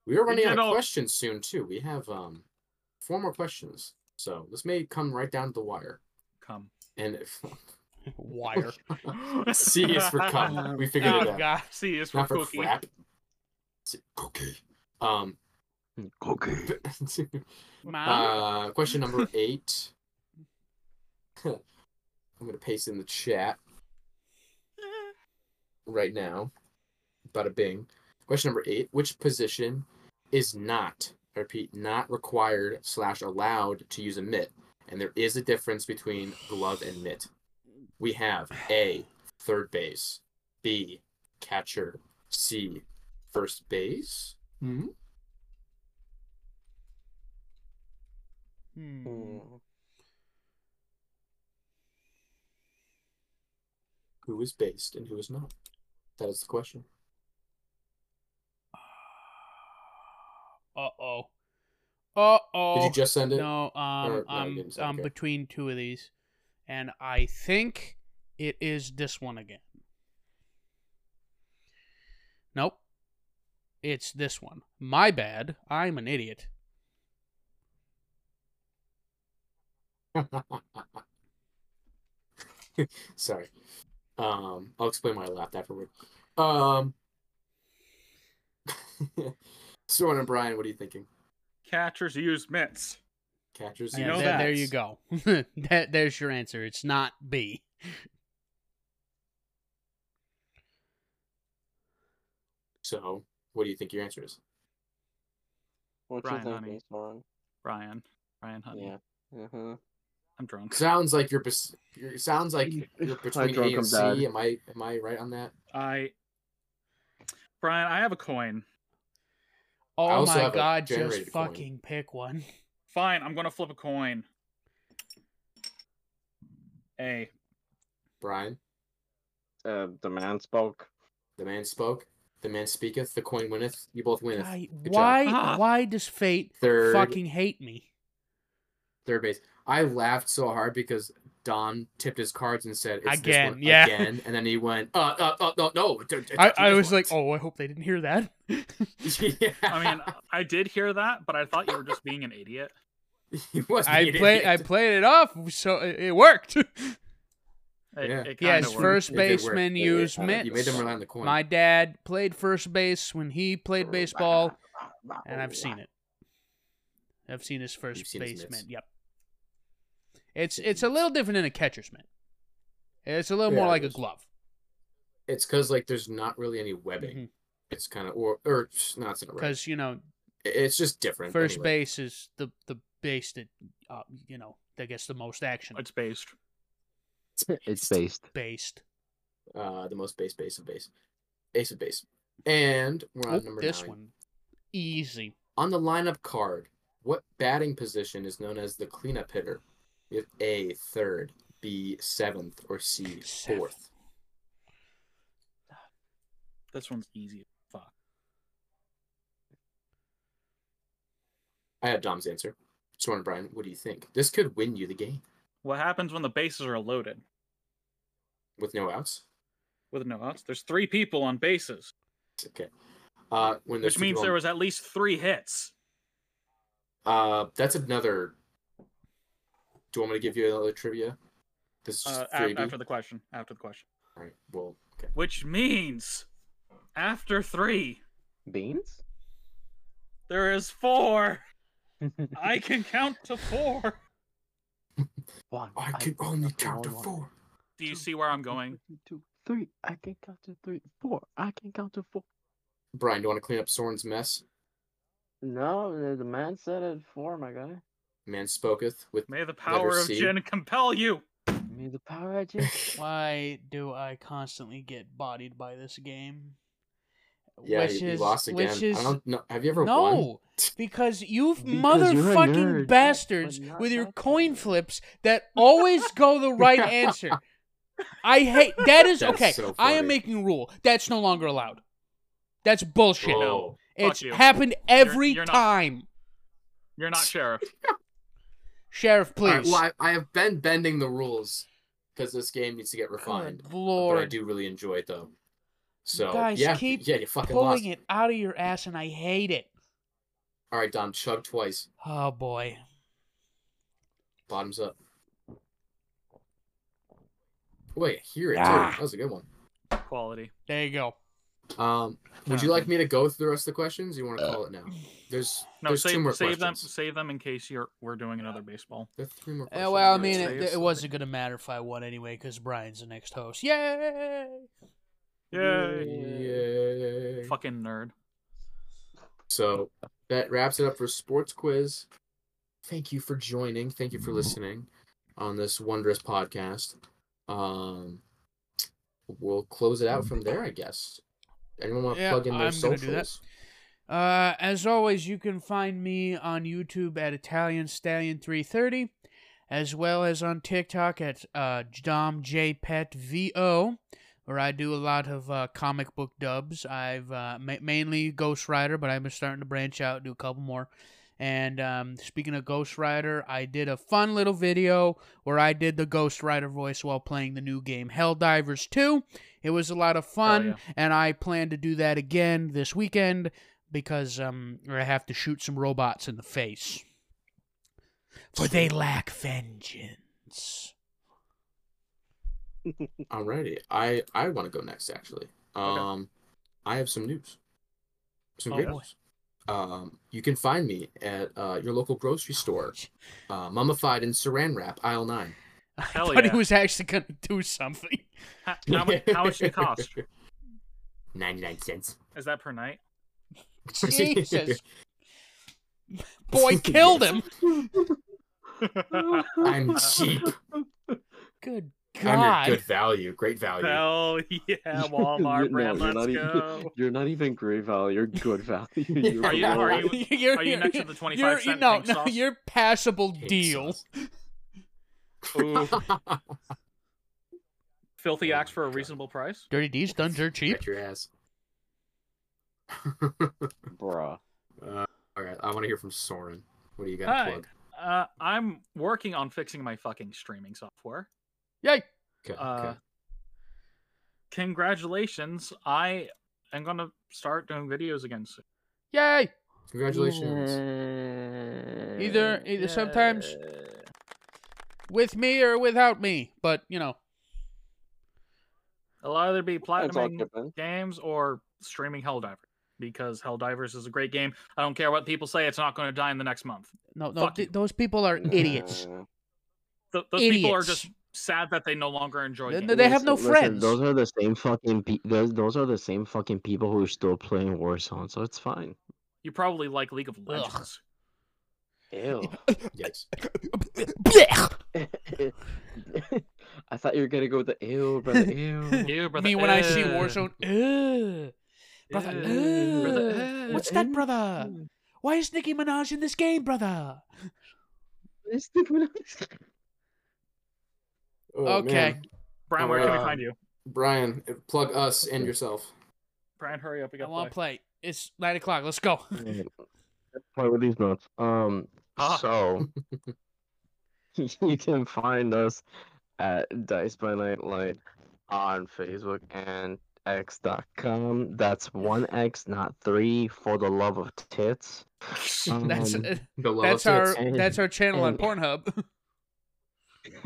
We are running
You
out of
know-
questions soon too. We have um four more questions, so this may come right down to the wire.
Come.
And if
Wire.
C is for come, we figured it
oh,
out.
God.
C is for
Not for
cookie.
crap. C- Cookie. Um.
Okay.
Mom?
Uh, question number eight. I'm gonna paste in the chat right now. Bada bing. Question number eight: Which position is not, I repeat, not required slash allowed to use a mitt? And there is a difference between glove and mitt. We have A, third base, B, catcher, C, first base. Hmm.
Hmm.
Mm-hmm.
Who is based and who is not? That is the question.
Uh oh. Uh oh.
Did you just send it?
No,
Or-
um,
no, you
I'm,
didn't say,
I'm
okay.
between two of these, and I think it is this one again. Nope, it's this one. My bad. I'm an idiot.
Sorry. Um, I'll explain why I laughed afterward. Um, Soren and Brian, what are you thinking?
Catchers use mitts.
Catchers?
You
And
know
there, there
that.
you go. that there's your answer. It's not B.
So, what do you think your answer is?
What
Brian,
you think,
honey.
Ace Moran?
Brian. Brian, honey.
Yeah. Uh-huh.
I'm drunk.
Sounds like you're. Bes- you're sounds like
I
you're between
drunk
A
him
and C.
bad.
Am I? Am I right on that?
I. Brian, I have a coin.
Oh
also
my
have a
god! Just
generated coin.
fucking pick one.
Fine, I'm gonna flip a coin. A.
Brian,
Uh, the man spoke.
the man spoke. The man speaketh. The coin winneth. You both winneth.
Why?
job.
Why,
Ah.
why does fate
Third.
fucking hate me?
third base. I laughed so hard because Don tipped his cards and said, it's
Again,
this one
yeah.
again," and then he went, "Uh, uh, uh no, no." it's- it's
I,
actually
I
this
was
one."
like, oh, I hope they didn't hear that.
yeah.
I mean, I did hear that, but I thought you were just being an idiot.
He wasn't
I
an
played.
idiot.
I played it off, so it, it worked.
It,
Yeah.
it kinda
yes,
worked.
first
It did work.
baseman
Yeah,
used
yeah,
mitts.
You made them rely on the coin.
My dad played first base when he played baseball, and I've seen it. I've seen his 1st
Oh, You've seen his mitts.
baseman. Yep. It's it's a little different than a catcher's mitt. It's a little more
Yeah, it
like a
is.
glove.
It's because like there's not really any webbing.
Because
It's kind of or or no, it's not right.
you know,
It- It's just different.
first
anyway.
base is the the base that uh, you know that gets the most action.
It's based.
It's based.
based.
uh, the most base, base of base, ace of base, and we're on
Oh,
number
this
nine.
one, easy.
On the lineup card, what batting position is known as the cleanup hitter? We have A third, B seventh, or C fourth.
This one's easy. as Fuck.
I have Dom's answer. Sworn Brian, what do you think? This could win you the game
What happens when the bases are loaded
with no outs.
with no outs? There's three people on bases,
It's Okay. Uh, when there's
which
two
means
people
there
on-
was at least three hits.
Uh, that's another. Do you want me to give you another trivia? This is
Uh,
just
af-
3D?
after the question. After the question.
All right. Well, okay.
Which means after three,
Beans?
there is four. I can count to four.
One.
I can only count to
one.
four.
Do you
Two,
see where I'm
One,
going?
two, three. I can count to three. Four. I can count to four.
Brian, do you want to clean up Soren's mess?
No, the- the man said it four, my guy.
Man spoketh with
May the power of
C.
Jin compel you.
May the power at you.
Why do I constantly get bodied by this game?
yeah, you, you lost again.
Which is
I don't know. Have you ever
no,
won?
because you
Because you're a
motherfucking
nerd,
bastards
but not
with your
that
coin flips that always go the right answer. I hate that is
That's
okay.
so
I
funny.
am making a rule. That's no longer allowed. That's bullshit.
Whoa.
No. fuck
it's
you.
happened every
you're not-
time.
You're not sheriff.
Sheriff,
All right,
please.
well, I, I have been bending the rules because this game needs to get refined.
Good
But I
Lord.
do really enjoy it though. So
guys
yeah,
keep
yeah, you fucking
pulling
lost.
it out of your ass, and I hate it.
All right, Dom, chug twice.
Oh boy.
Bottoms up. Wait, I hear it too.
Ah.
That was a good one.
Quality.
There you go.
Um, would you like me to go through the rest of the questions? Or you want to call it now? There's
No,
there's
save,
two more
save them.
questions.
Save them in case you're we're doing another baseball.
There's three more
Eh,
questions.
well, I
Alright,
mean,
so-
it, it wasn't gonna matter if I won anyway, because Brian's the next host. Yay!
Yay!
Yay.
Fucking nerd.
So that wraps it up for sports quiz. Thank you for joining. Thank you for listening on this wondrous podcast. Um, we'll close it out from there, I guess. Anyone want to
Yeah,
plug in their
I'm gonna
socials?
do that. Uh, as always, you can find me on YouTube at Italian Stallion 330, as well as on TikTok at uh, DomJPetVO, where I do a lot of uh, comic book dubs. I've uh, ma- mainly Ghost Rider, but I've been starting to branch out, do a couple more. And um, speaking of Ghost Rider, I did a fun little video where I did the Ghost Rider voice while playing the new game Helldivers 2. It was a lot of fun,
Oh, yeah.
and I plan to do that again this weekend because um, I have to shoot some robots in the face. For they lack vengeance.
Alrighty, I I want to go next actually. Um, I have some news. Some
Oh,
great
boy.
news. Um, you can find me at uh, your local grocery store, uh, mummified in saran wrap, aisle nine.
I
Hell
thought
Oh, yeah.
he was actually going to do something.
How, how, much, how much did it cost?
Ninety nine cents.
Is that per night?
Jesus. Boy killed him.
I'm cheap. I'm your
Good God.
good value, great value.
Hell yeah, Walmart,
No,
Brad.
you're
let's
not even-
go.
You're not even great value. You're good value. You're
Are you-
below
are
it.
you-
you're,
are you next to the 25
you're-
cent
No,
pink
no,
sauce?
you're passable
Pink
deal.
sauce.
Filthy
Oh
acts
my
for a
God.
reasonable price.
Dirty D's done dirt cheap.
Bet your ass.
Bruh.
Uh, all right, I want to hear from Soren. What do you got to
Hi.
plug?
Uh, I'm working on fixing my fucking streaming software.
Yay.
Okay,
Uh,
okay.
congratulations! I am gonna start doing videos again soon.
Yay.
Mm.
Congratulations.
Yay.
Either- either sometimes- with me or without me. But you know,
I'll either be
That's all
platinum
different.
games or streaming Helldivers because Helldivers is a great game. I don't care what people say; it's not going to die in the next month.
no, no,
Fuck
th-
you.
those people are idiots.
Nah.
Th- those people are
Idiots.
just sad that they no longer enjoy.
Th-
games.
th- They have no
Listen,
friends.
Those are the same fucking pe- those, those are the same fucking people who are still playing Warzone, so it's fine.
You probably like League of Legends.
Ew.
Yes.
I thought you were gonna go with the ew, brother. Ew.
Ew, brother,
me when I see
eh.
Warzone, ugh. brother,
Eh, brother,
ugh.
eh.
what's that, brother? Why is Nicki Minaj in this game, brother?
It's the Minaj.
Oh,
Okay.
man.
Brian, where can we
Uh,
find you?
Brian, plug us and yourself.
Brian, hurry up. We
I
got
want to
play.
play. It's nine o'clock. Let's go.
Man, let's play with these notes. Um,
Ah.
so you can find us at Dice by Nightlight on Facebook and x.com. That's one x, not three. For the love of tits.
That's
Um,
Mm-hmm.
uh,
The love
that's
of
our
tits.
and-
that's our channel on
and-
Pornhub.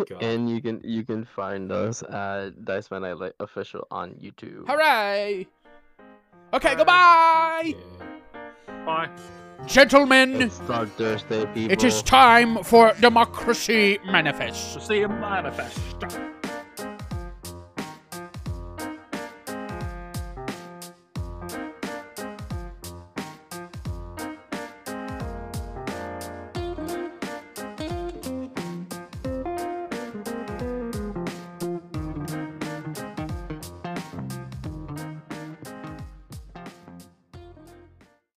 God.
and you can you can find us at Dice by Nightlight official on YouTube.
Hooray! Okay,
Alright.
goodbye,
Yeah.
Bye.
gentlemen.
It's Dark Thursday, people.
It is time for Democracy Manifest.
So see you manifest.